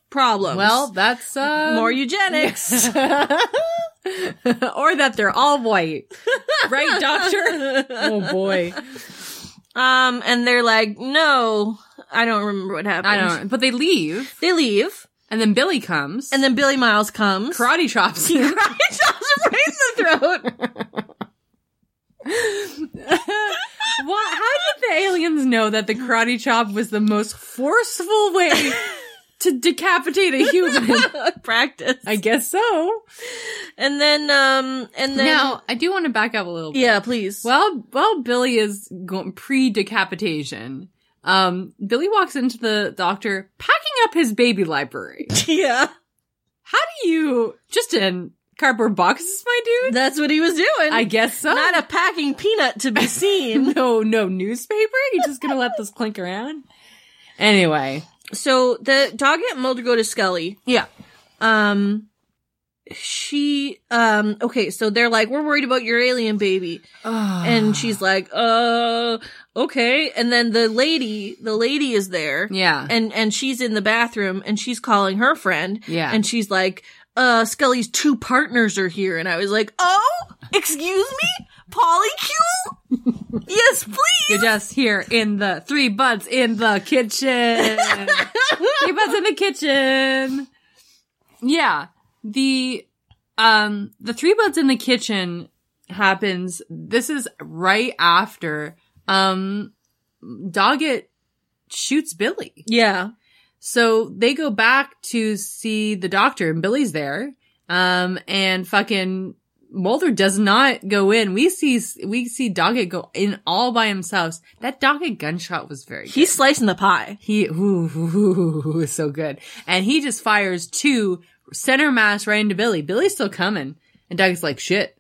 [SPEAKER 3] problems."
[SPEAKER 2] well, that's, uh.
[SPEAKER 3] more eugenics.
[SPEAKER 2] or that they're all white. Right, doctor? oh boy.
[SPEAKER 3] um, and they're like, "No, I don't remember what happened."
[SPEAKER 2] I don't, but they leave,
[SPEAKER 3] They leave,
[SPEAKER 2] and then Billy comes,
[SPEAKER 3] and
[SPEAKER 2] and
[SPEAKER 3] then Billy Miles comes.
[SPEAKER 2] karate chops him.
[SPEAKER 3] He chops him right in the throat.
[SPEAKER 2] What, how did the aliens know that the karate chop was the most forceful way to decapitate a human?
[SPEAKER 3] Practice.
[SPEAKER 2] I guess so.
[SPEAKER 3] And then, um, and then,
[SPEAKER 2] Now, I do want to back up a little bit.
[SPEAKER 3] yeah, please.
[SPEAKER 2] While, while Billy is going pre-decapitation, um, Billy walks into the doctor packing up his baby library.
[SPEAKER 3] yeah,
[SPEAKER 2] How do you, just in cardboard boxes, my dude?
[SPEAKER 3] that's what he was doing.
[SPEAKER 2] I guess so.
[SPEAKER 3] Not a packing peanut to be seen.
[SPEAKER 2] no, no newspaper? You're just gonna let this clink around? Anyway.
[SPEAKER 3] so the Doggett and Mulder go to Scully.
[SPEAKER 2] Yeah.
[SPEAKER 3] um she um okay so they're like we're worried about your alien baby
[SPEAKER 2] Ah.
[SPEAKER 3] and she's like uh okay and then the lady the lady is there
[SPEAKER 2] Yeah.
[SPEAKER 3] and and she's in the bathroom and she's calling her friend
[SPEAKER 2] Yeah.
[SPEAKER 3] and she's like uh scully's two partners are here and i was like oh excuse me polycule yes please
[SPEAKER 2] You're just here in the three buds in the kitchen. three buds in the kitchen. Yeah. The um the three buds in the kitchen happens this is right after um Doggett shoots Billy.
[SPEAKER 3] Yeah.
[SPEAKER 2] So they go back to see the doctor and Billy's there. Um, and fucking Mulder does not go in. We see, we see Doggett go in all by himself. That Doggett gunshot was very good.
[SPEAKER 3] He's slicing the pie.
[SPEAKER 2] He ooh, ooh, ooh, ooh, so good. And he just fires two center mass right into Billy. Billy's still coming. And Doug's like, shit.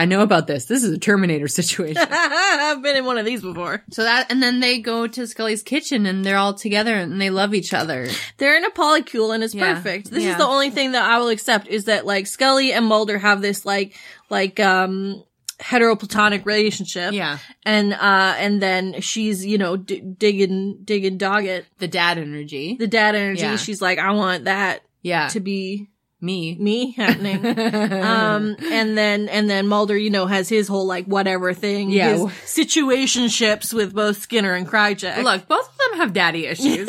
[SPEAKER 2] I know about this. This is a Terminator situation.
[SPEAKER 3] I've been in one of these before.
[SPEAKER 2] so that and then they go to Scully's kitchen and they're all together and they love each other.
[SPEAKER 3] They're in a polycule and it's
[SPEAKER 2] Yeah.
[SPEAKER 3] perfect. This
[SPEAKER 2] Yeah.
[SPEAKER 3] is the only thing that I will accept is that like Scully and Mulder have this like like um heteroplatonic relationship.
[SPEAKER 2] Yeah.
[SPEAKER 3] And uh and then she's, you know, d- digging digging dog it.
[SPEAKER 2] The dad energy.
[SPEAKER 3] The dad energy,
[SPEAKER 2] Yeah.
[SPEAKER 3] she's like I want that
[SPEAKER 2] yeah.
[SPEAKER 3] to be
[SPEAKER 2] me.
[SPEAKER 3] me happening. um and then and then Mulder, you know, has his whole like whatever thing,
[SPEAKER 2] Yeah.
[SPEAKER 3] his situationships with both Skinner and Cryjack.
[SPEAKER 2] Look, both of them have daddy issues.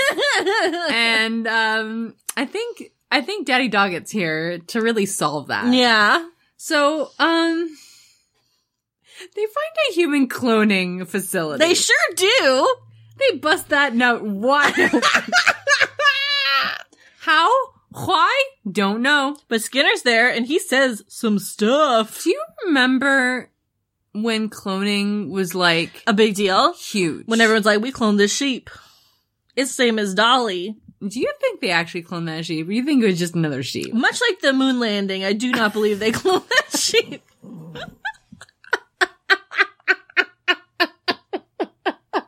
[SPEAKER 2] and um I think I think Daddy Doggett's here to really solve that.
[SPEAKER 3] yeah.
[SPEAKER 2] So, um, they find a human cloning facility.
[SPEAKER 3] They sure do.
[SPEAKER 2] they bust that note wide open. How? Why? Don't know.
[SPEAKER 3] But Skinner's there and he says some stuff.
[SPEAKER 2] Do you remember when cloning was like
[SPEAKER 3] A big deal.
[SPEAKER 2] huge?
[SPEAKER 3] When everyone's like, we cloned this sheep. It's same as Dolly.
[SPEAKER 2] Do you think they actually cloned that sheep? Or you think it was just another sheep?
[SPEAKER 3] Much like the moon landing, I do not believe they cloned that sheep.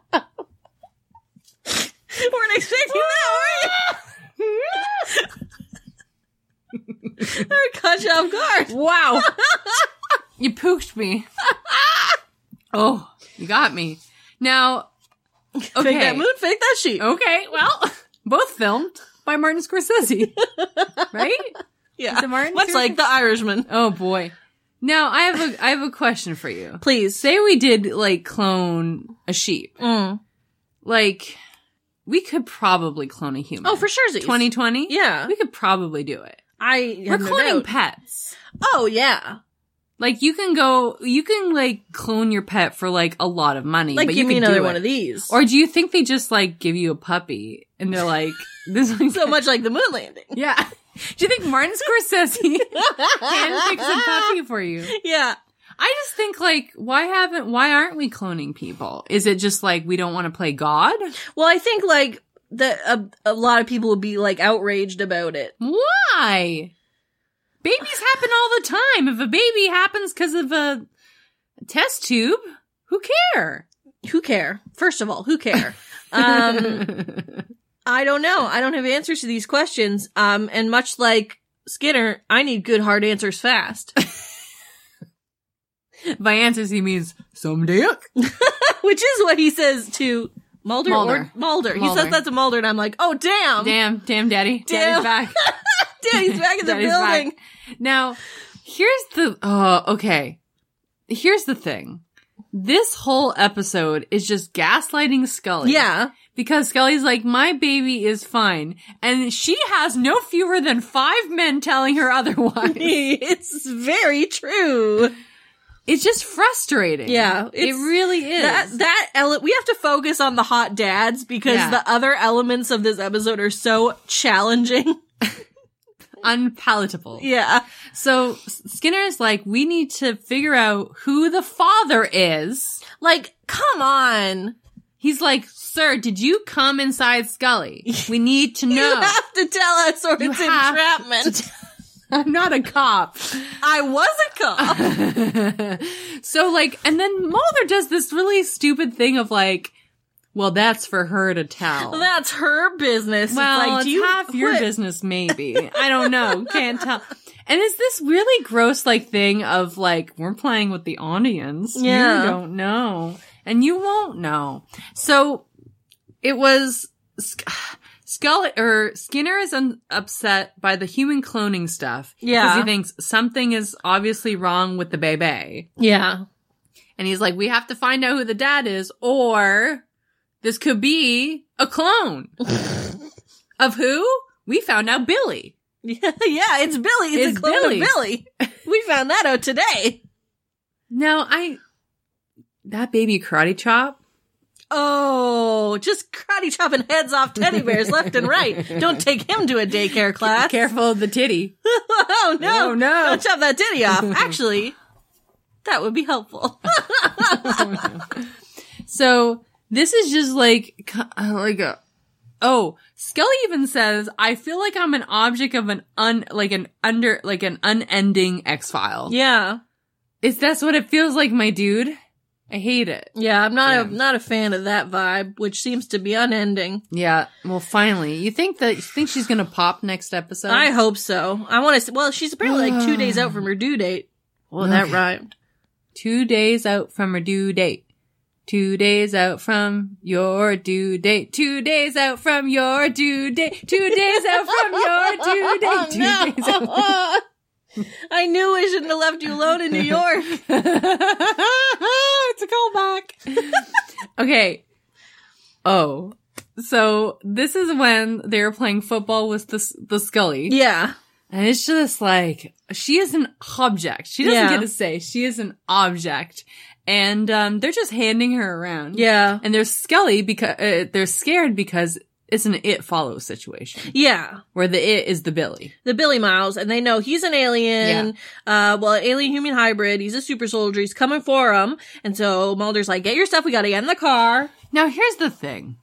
[SPEAKER 3] weren't expecting that, were you? That caught you off guard.
[SPEAKER 2] Wow. you pooked me. oh, you got me. Now, okay.
[SPEAKER 3] Fake that moon, fake that sheep.
[SPEAKER 2] Okay, well, both filmed by Martin Scorsese, right?
[SPEAKER 3] yeah.
[SPEAKER 2] Is it Martin
[SPEAKER 3] Much
[SPEAKER 2] Scorsese?
[SPEAKER 3] like the Irishman.
[SPEAKER 2] Oh boy. Now I have a I have a question for you.
[SPEAKER 3] Please.
[SPEAKER 2] Say we did like clone a sheep.
[SPEAKER 3] Mm.
[SPEAKER 2] Like we could probably clone a human.
[SPEAKER 3] Oh, for sure.
[SPEAKER 2] Twenty twenty.
[SPEAKER 3] Yeah.
[SPEAKER 2] we could probably do it.
[SPEAKER 3] I
[SPEAKER 2] We're
[SPEAKER 3] have no
[SPEAKER 2] cloning
[SPEAKER 3] doubt.
[SPEAKER 2] pets.
[SPEAKER 3] Oh yeah.
[SPEAKER 2] Like you can go, you can like clone your pet for like a lot of money.
[SPEAKER 3] Like
[SPEAKER 2] but
[SPEAKER 3] give
[SPEAKER 2] you
[SPEAKER 3] me
[SPEAKER 2] could
[SPEAKER 3] another
[SPEAKER 2] do
[SPEAKER 3] one
[SPEAKER 2] it.
[SPEAKER 3] of these.
[SPEAKER 2] Or do you think they just like give you a puppy and they're like, this one's
[SPEAKER 3] so much like the moon landing.
[SPEAKER 2] Yeah. Do you think Martin Scorsese handpicks a puppy for you?
[SPEAKER 3] Yeah.
[SPEAKER 2] I just think like, why haven't, why aren't we cloning people? Is it just like we don't want to play God?
[SPEAKER 3] Well, I think like the a, a lot of people would be like outraged about it.
[SPEAKER 2] Why? Babies happen all the time. If a baby happens because of a test tube, who care?
[SPEAKER 3] Who care? First of all, who care? um, I don't know. I don't have answers to these questions. Um, and much like Skinner, I need good hard answers fast,
[SPEAKER 2] By answers, he means some dick.
[SPEAKER 3] which is what he says to Mulder,
[SPEAKER 2] Mulder.
[SPEAKER 3] or Mulder. He
[SPEAKER 2] Mulder.
[SPEAKER 3] says that to Mulder, and I'm like, oh damn, damn,
[SPEAKER 2] Damn, damn, daddy.
[SPEAKER 3] Damn.
[SPEAKER 2] Daddy's back.
[SPEAKER 3] he's back in the
[SPEAKER 2] Daddy's
[SPEAKER 3] building.
[SPEAKER 2] back. Now, here's the oh, okay. Here's the thing. This whole episode is just gaslighting Scully.
[SPEAKER 3] Yeah,
[SPEAKER 2] Because Scully's like, my baby is fine. And she has no fewer than five men telling her otherwise.
[SPEAKER 3] it's very true.
[SPEAKER 2] it's just frustrating.
[SPEAKER 3] Yeah,
[SPEAKER 2] It
[SPEAKER 3] it's-
[SPEAKER 2] really is.
[SPEAKER 3] That that ele- we have to focus on the hot dads because
[SPEAKER 2] Yeah.
[SPEAKER 3] the other elements of this episode are so challenging.
[SPEAKER 2] Unpalatable.
[SPEAKER 3] yeah,
[SPEAKER 2] So S- Skinner's like, we need to figure out who the father is.
[SPEAKER 3] like come on,
[SPEAKER 2] He's like, sir, did you come inside Scully? We need to
[SPEAKER 3] you
[SPEAKER 2] know.
[SPEAKER 3] have to tell us or
[SPEAKER 2] You
[SPEAKER 3] it's
[SPEAKER 2] have
[SPEAKER 3] entrapment.
[SPEAKER 2] I'm not a cop.
[SPEAKER 3] I was a cop.
[SPEAKER 2] so like, and then Mulder does this really stupid thing of like, well, that's for her to tell.
[SPEAKER 3] That's her business.
[SPEAKER 2] well,
[SPEAKER 3] it's like,
[SPEAKER 2] it's
[SPEAKER 3] do you
[SPEAKER 2] half your
[SPEAKER 3] what-
[SPEAKER 2] business, maybe. I don't know. Can't tell. And it's this really gross like thing of like, we're playing with the audience.
[SPEAKER 3] Yeah.
[SPEAKER 2] You don't know. And you won't know. So it was Sc- Scully or Skinner is un- upset by the human cloning stuff.
[SPEAKER 3] Yeah.
[SPEAKER 2] he thinks something is obviously wrong with the baby.
[SPEAKER 3] Yeah,
[SPEAKER 2] And he's like, we have to find out who the dad is, or this could be a clone. of who? We found out Billy.
[SPEAKER 3] yeah, yeah. It's Billy. It's,
[SPEAKER 2] It's
[SPEAKER 3] a clone
[SPEAKER 2] Billy.
[SPEAKER 3] of Billy. We found that out today.
[SPEAKER 2] Now I, that baby karate chop,
[SPEAKER 3] oh, just karate chopping heads off teddy bears left and right. Don't take him to a daycare class.
[SPEAKER 2] Careful of the titty.
[SPEAKER 3] oh no,
[SPEAKER 2] Oh, no.
[SPEAKER 3] Don't chop that titty off. Actually, that would be helpful.
[SPEAKER 2] So this is just like ki- uh, like a oh Skelly even says I feel like I'm an object of an un like an under like an unending X file.
[SPEAKER 3] yeah,
[SPEAKER 2] is that's what it feels like, my dude? I hate it.
[SPEAKER 3] yeah. I'm not a
[SPEAKER 2] Yeah.
[SPEAKER 3] not a fan of that vibe, which seems to be unending.
[SPEAKER 2] Yeah. Well, finally, you think that you think she's gonna pop next episode?
[SPEAKER 3] I hope so. I want to. Well, she's apparently like two days out from her due date. Well, that
[SPEAKER 2] Okay.
[SPEAKER 3] rhymed.
[SPEAKER 2] Two days out from her due date. Two days out from your due date. Two days out from your due date. Two days out from
[SPEAKER 3] Oh,
[SPEAKER 2] your due date. Two days out.
[SPEAKER 3] I knew I shouldn't have left you alone in New York.
[SPEAKER 2] it's a callback. okay. Oh. So this is when they were playing football with the the Scully.
[SPEAKER 3] yeah.
[SPEAKER 2] And it's just like, she is an object. She doesn't
[SPEAKER 3] Yeah.
[SPEAKER 2] get a say. She is an object. And, um, they're just handing her around.
[SPEAKER 3] Yeah.
[SPEAKER 2] And there's Skelly because, uh, they're scared because it's an it follows situation
[SPEAKER 3] Yeah.
[SPEAKER 2] where the it is the Billy.
[SPEAKER 3] The Billy Miles, and they know he's an alien. Uh, well, alien human hybrid. He's a super soldier. He's coming for him. And so Mulder's like, get your stuff. We got to get in the car.
[SPEAKER 2] Now here's the thing.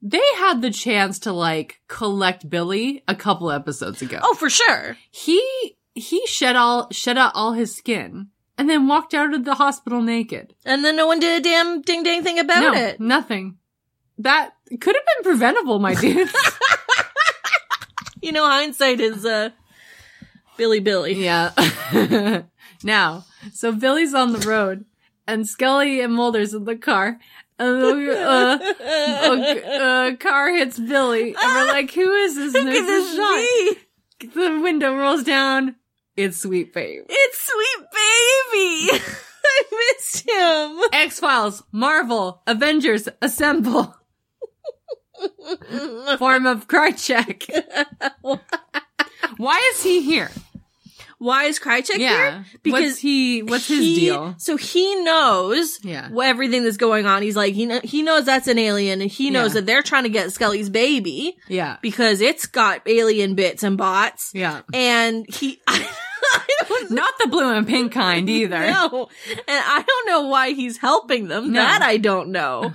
[SPEAKER 2] They had the chance to like collect Billy a couple episodes ago.
[SPEAKER 3] Oh, for sure.
[SPEAKER 2] He, he shed all, shed out all his skin and then walked out of the hospital naked.
[SPEAKER 3] And then no one did a damn ding dang thing about
[SPEAKER 2] no,
[SPEAKER 3] it.
[SPEAKER 2] Nothing. That could have been preventable, my dude.
[SPEAKER 3] You know, hindsight is, uh, Billy Billy.
[SPEAKER 2] yeah. now, so Billy's on the road, and Skelly and Mulder's in the car. And the uh, uh, uh, car hits Billy, and we're like, "Who is this?" And there's a shot.
[SPEAKER 3] Me.
[SPEAKER 2] The window rolls down. It's Sweet Babe.
[SPEAKER 3] It's sweet baby. I missed him.
[SPEAKER 2] X Files, Marvel, Avengers, assemble. Form of Krychek. Why is he here?
[SPEAKER 3] Why is Krychek
[SPEAKER 2] Yeah,
[SPEAKER 3] here? Because
[SPEAKER 2] what's he? What's his
[SPEAKER 3] he-
[SPEAKER 2] deal?
[SPEAKER 3] So he knows
[SPEAKER 2] Yeah.
[SPEAKER 3] wh- everything that's going on. He's like, he, kn- he knows that's an alien and he knows
[SPEAKER 2] Yeah.
[SPEAKER 3] that they're trying to get Skelly's baby
[SPEAKER 2] Yeah,
[SPEAKER 3] because it's got alien bits and bots.
[SPEAKER 2] yeah.
[SPEAKER 3] And he, I, don't
[SPEAKER 2] Not the blue and pink kind either.
[SPEAKER 3] know. And I don't know why he's helping them.
[SPEAKER 2] No.
[SPEAKER 3] That I don't know.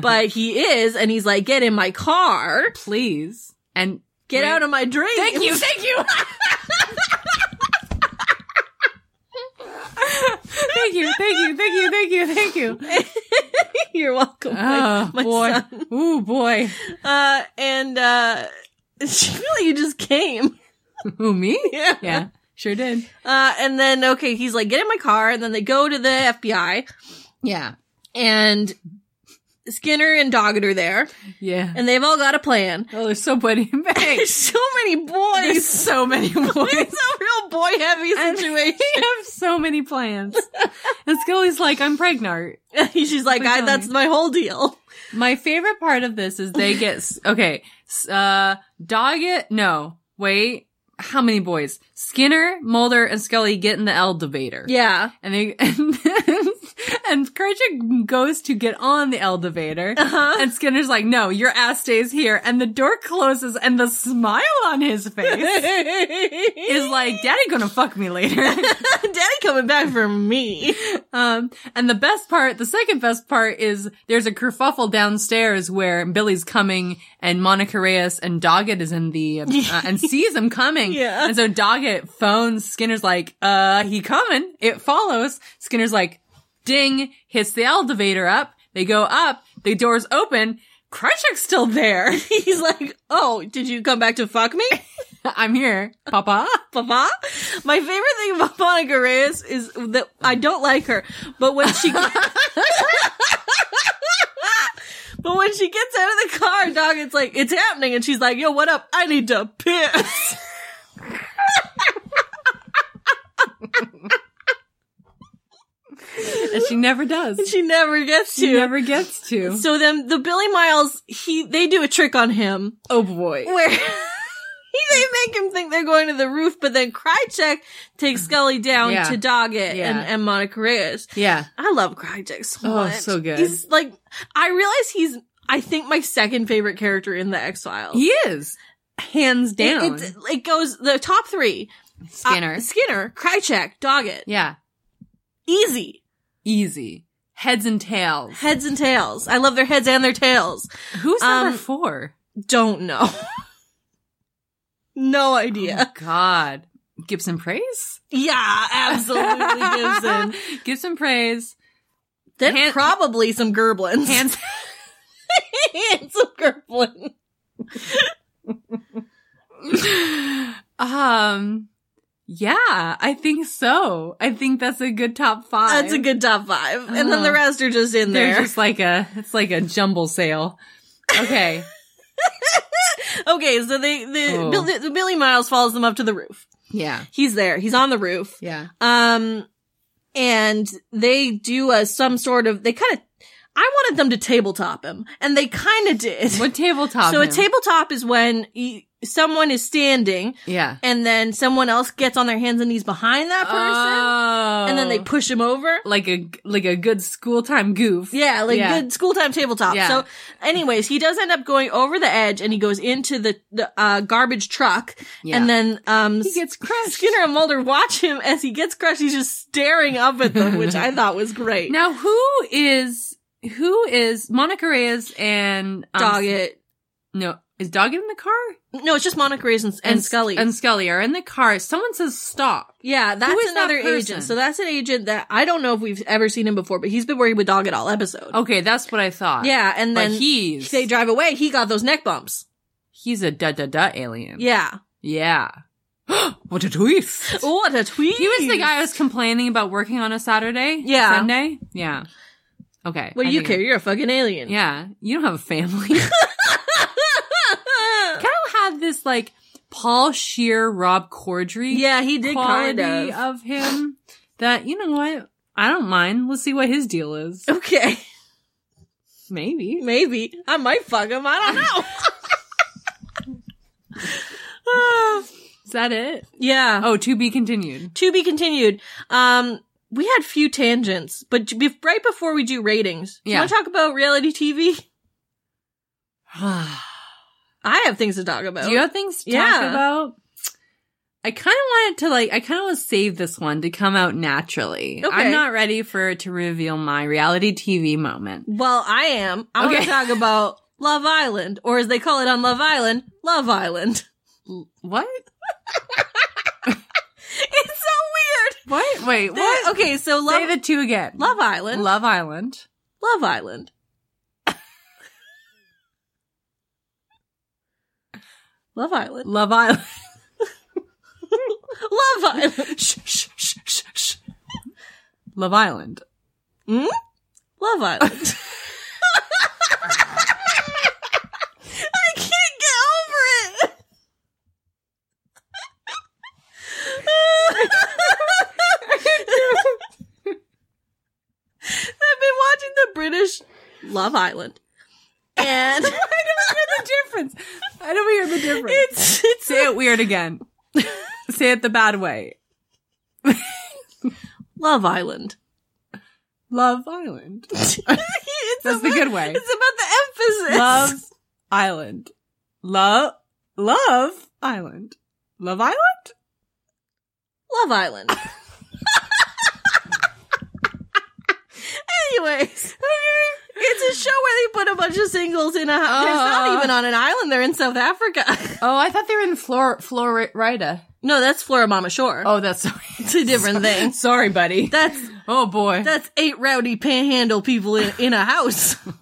[SPEAKER 3] but he is. And he's like, get in my car.
[SPEAKER 2] Please. And
[SPEAKER 3] Get out of my drink.
[SPEAKER 2] Thank you, thank you. thank you, thank you, thank you, thank you, thank you.
[SPEAKER 3] You're welcome.
[SPEAKER 2] Oh
[SPEAKER 3] my
[SPEAKER 2] boy.
[SPEAKER 3] son.
[SPEAKER 2] Ooh boy.
[SPEAKER 3] Uh, and, uh, she really just came.
[SPEAKER 2] Who me?
[SPEAKER 3] Yeah.
[SPEAKER 2] Yeah. Sure did.
[SPEAKER 3] Uh, and then okay, he's like, get in my car, and then they go to the FBI,
[SPEAKER 2] Yeah.
[SPEAKER 3] and Skinner and Doggett are there,
[SPEAKER 2] Yeah.
[SPEAKER 3] and they've all got a plan.
[SPEAKER 2] oh, there's so many
[SPEAKER 3] There's
[SPEAKER 2] banks.
[SPEAKER 3] so many
[SPEAKER 2] There's
[SPEAKER 3] boys.
[SPEAKER 2] so many boys.
[SPEAKER 3] It's a real boy heavy
[SPEAKER 2] And-
[SPEAKER 3] situation.
[SPEAKER 2] I have so many plans. And Scully's like, I'm pregnant.
[SPEAKER 3] She's like, I, that's my whole deal.
[SPEAKER 2] My favorite part of this is they get s- okay. s- Uh, Doggett. No, wait. How many boys? Skinner, Mulder, and Scully get in the elevator.
[SPEAKER 3] Yeah.
[SPEAKER 2] and they and, and Krychek goes to get on the elevator,
[SPEAKER 3] Uh-huh.
[SPEAKER 2] and Skinner's like, "No, your ass stays here." And the door closes, and the smile on his face is like, "Daddy gonna fuck me later."
[SPEAKER 3] Daddy coming back for me.
[SPEAKER 2] Um, and the best part, the second best part is there's a kerfuffle downstairs where Billy's coming and Monica Reyes and Doggett is in the, uh, and sees him coming.
[SPEAKER 3] Yeah.
[SPEAKER 2] And so Doggett phones Skinner's like, uh, he coming. It follows. Skinner's like, ding, hits the elevator up. They go up. The doors open. Krychek's still there.
[SPEAKER 3] He's like, oh, did you come back to fuck me?
[SPEAKER 2] I'm here, Papa.
[SPEAKER 3] Papa. My favorite thing about Monica Reyes is that I don't like her, but when she but when she gets out of the car, dog, it's like it's happening, and she's like, "Yo, what up? I need to piss."
[SPEAKER 2] And she never does.
[SPEAKER 3] she never gets to.
[SPEAKER 2] She never gets to.
[SPEAKER 3] so then the Billy Miles, he they do a trick on him
[SPEAKER 2] Oh boy.
[SPEAKER 3] where he they make make him think they're going to the roof, but then Krychek takes Scully down
[SPEAKER 2] Yeah.
[SPEAKER 3] to dog it
[SPEAKER 2] Yeah.
[SPEAKER 3] and, and Monica Reyes.
[SPEAKER 2] Yeah.
[SPEAKER 3] I love Krychek so
[SPEAKER 2] Oh,
[SPEAKER 3] much.
[SPEAKER 2] so good.
[SPEAKER 3] He's like, I realize he's, I think my second favorite character in The X Files.
[SPEAKER 2] He is. Hands down.
[SPEAKER 3] It, it, it goes the top three: Uh,
[SPEAKER 2] Skinner.
[SPEAKER 3] Skinner, Krychek, Doggett.
[SPEAKER 2] yeah.
[SPEAKER 3] Easy
[SPEAKER 2] Easy. Heads and tails.
[SPEAKER 3] heads and tails. I love their heads and their tails.
[SPEAKER 2] Who's
[SPEAKER 3] Um,
[SPEAKER 2] number four?
[SPEAKER 3] Don't know. no idea.
[SPEAKER 2] Oh, God. Gibson Praise?
[SPEAKER 3] Yeah, absolutely Gibson.
[SPEAKER 2] Gibson Praise.
[SPEAKER 3] Then
[SPEAKER 2] Han-
[SPEAKER 3] probably some Gerblins.
[SPEAKER 2] Hands.
[SPEAKER 3] and some Gerblin.
[SPEAKER 2] um, yeah, I think so. I think that's a good top five.
[SPEAKER 3] That's a good top five. And then the
[SPEAKER 2] Uh,
[SPEAKER 3] rest are just in
[SPEAKER 2] They're
[SPEAKER 3] there.
[SPEAKER 2] just like a, it's like a jumble sale. Okay.
[SPEAKER 3] Okay, so they the,
[SPEAKER 2] Oh.
[SPEAKER 3] Bill, the Billy Miles follows them up to the roof.
[SPEAKER 2] yeah.
[SPEAKER 3] He's there. He's on the roof.
[SPEAKER 2] Yeah.
[SPEAKER 3] Um, and they do a some sort of they kind of. I wanted them to tabletop him, and they kind of did.
[SPEAKER 2] Um, What tabletop?
[SPEAKER 3] so a
[SPEAKER 2] him?
[SPEAKER 3] tabletop is when you, someone is standing,
[SPEAKER 2] Yeah.
[SPEAKER 3] and then someone else gets on their hands and knees behind that person,
[SPEAKER 2] Oh.
[SPEAKER 3] and then they push him over.
[SPEAKER 2] like a like a good school time goof.
[SPEAKER 3] Yeah, like
[SPEAKER 2] Yeah.
[SPEAKER 3] good school time tabletop.
[SPEAKER 2] Yeah.
[SPEAKER 3] So, anyways, he does end up going over the edge, and he goes into the, the uh, garbage truck,
[SPEAKER 2] Yeah.
[SPEAKER 3] and then um,
[SPEAKER 2] He gets crushed.
[SPEAKER 3] Skinner and Mulder watch him as he gets crushed. He's just staring up at them, which I thought was great.
[SPEAKER 2] Now who is who is Monica Reyes and um,
[SPEAKER 3] Dog it.
[SPEAKER 2] No, is Doggett in the car?
[SPEAKER 3] No, it's just Monica Reyes and, and Scully.
[SPEAKER 2] and Scully are in the car. Someone says stop.
[SPEAKER 3] yeah,
[SPEAKER 2] Who
[SPEAKER 3] that's
[SPEAKER 2] is that
[SPEAKER 3] another
[SPEAKER 2] person?
[SPEAKER 3] agent. So that's an agent that I don't know if we've ever seen him before, but he's been working with Dog it all episode.
[SPEAKER 2] Okay, that's what I thought.
[SPEAKER 3] Yeah, and
[SPEAKER 2] Oh but
[SPEAKER 3] then
[SPEAKER 2] he's
[SPEAKER 3] they drive away. He got those neck bumps.
[SPEAKER 2] he's a da da da alien.
[SPEAKER 3] Yeah.
[SPEAKER 2] yeah. what a twist!
[SPEAKER 3] What a tweet.
[SPEAKER 2] He was the guy I was complaining about working on a Saturday.
[SPEAKER 3] Yeah.
[SPEAKER 2] Sunday. Yeah. Okay.
[SPEAKER 3] What do
[SPEAKER 2] I
[SPEAKER 3] you
[SPEAKER 2] think-
[SPEAKER 3] care? You're a fucking alien.
[SPEAKER 2] Yeah, you don't have a family. kind of had this like Paul Shear, Rob Corddry,
[SPEAKER 3] Yeah, he did kind
[SPEAKER 2] quality
[SPEAKER 3] of.
[SPEAKER 2] of him. That you know what? I don't mind. Let's see what his deal is.
[SPEAKER 3] Okay.
[SPEAKER 2] Maybe.
[SPEAKER 3] Maybe. I might fuck him. I don't know.
[SPEAKER 2] Is that it?
[SPEAKER 3] yeah.
[SPEAKER 2] Oh, to be continued.
[SPEAKER 3] to be continued. Um, we had few tangents, but j- bef- right before we do ratings, do you
[SPEAKER 2] Yeah.
[SPEAKER 3] want to talk about reality TV?
[SPEAKER 2] do
[SPEAKER 3] I have things to talk about.
[SPEAKER 2] you have things to
[SPEAKER 3] Yeah.
[SPEAKER 2] talk about? I kind of wanted to like. I kind of want to save this one to come out naturally.
[SPEAKER 3] Okay.
[SPEAKER 2] I'm not ready for it to reveal my reality TV moment.
[SPEAKER 3] well, I am. I want
[SPEAKER 2] Okay.
[SPEAKER 3] to talk about Love Island, or as they call it on Love Island, Love Island.
[SPEAKER 2] What?
[SPEAKER 3] it's so
[SPEAKER 2] What? Wait.
[SPEAKER 3] weird. That-
[SPEAKER 2] What?
[SPEAKER 3] okay, so
[SPEAKER 2] Say
[SPEAKER 3] Love
[SPEAKER 2] the two again.
[SPEAKER 3] Love Island,
[SPEAKER 2] Love Island.
[SPEAKER 3] Love Island. Love Island.
[SPEAKER 2] Love Island.
[SPEAKER 3] Love Island.
[SPEAKER 2] shh, shh, shh, shh, shh. Love Island.
[SPEAKER 3] Hmm? Love Island. I can't get over it. I've been watching the British Love Island. And
[SPEAKER 2] The difference. I don't hear the difference.
[SPEAKER 3] it's it's
[SPEAKER 2] Say it weird again. Say it the bad way.
[SPEAKER 3] Love Island.
[SPEAKER 2] Love Island.
[SPEAKER 3] It's
[SPEAKER 2] That's the
[SPEAKER 3] about-
[SPEAKER 2] good way.
[SPEAKER 3] It's about the emphasis.
[SPEAKER 2] Love Island. Love Love Island. Love Island?
[SPEAKER 3] Love Island. Anyways, it's a show where they put a bunch of singles in a. house. They're not
[SPEAKER 2] Oh.
[SPEAKER 3] even on an island. They're in South Africa.
[SPEAKER 2] Oh, I thought they were in Flor Florida.
[SPEAKER 3] no, that's Flora Mama Shore.
[SPEAKER 2] Oh, that's sorry.
[SPEAKER 3] it's a different thing.
[SPEAKER 2] Sorry, buddy.
[SPEAKER 3] That's
[SPEAKER 2] oh boy.
[SPEAKER 3] that's eight rowdy panhandle people in, in a house.
[SPEAKER 2] Oh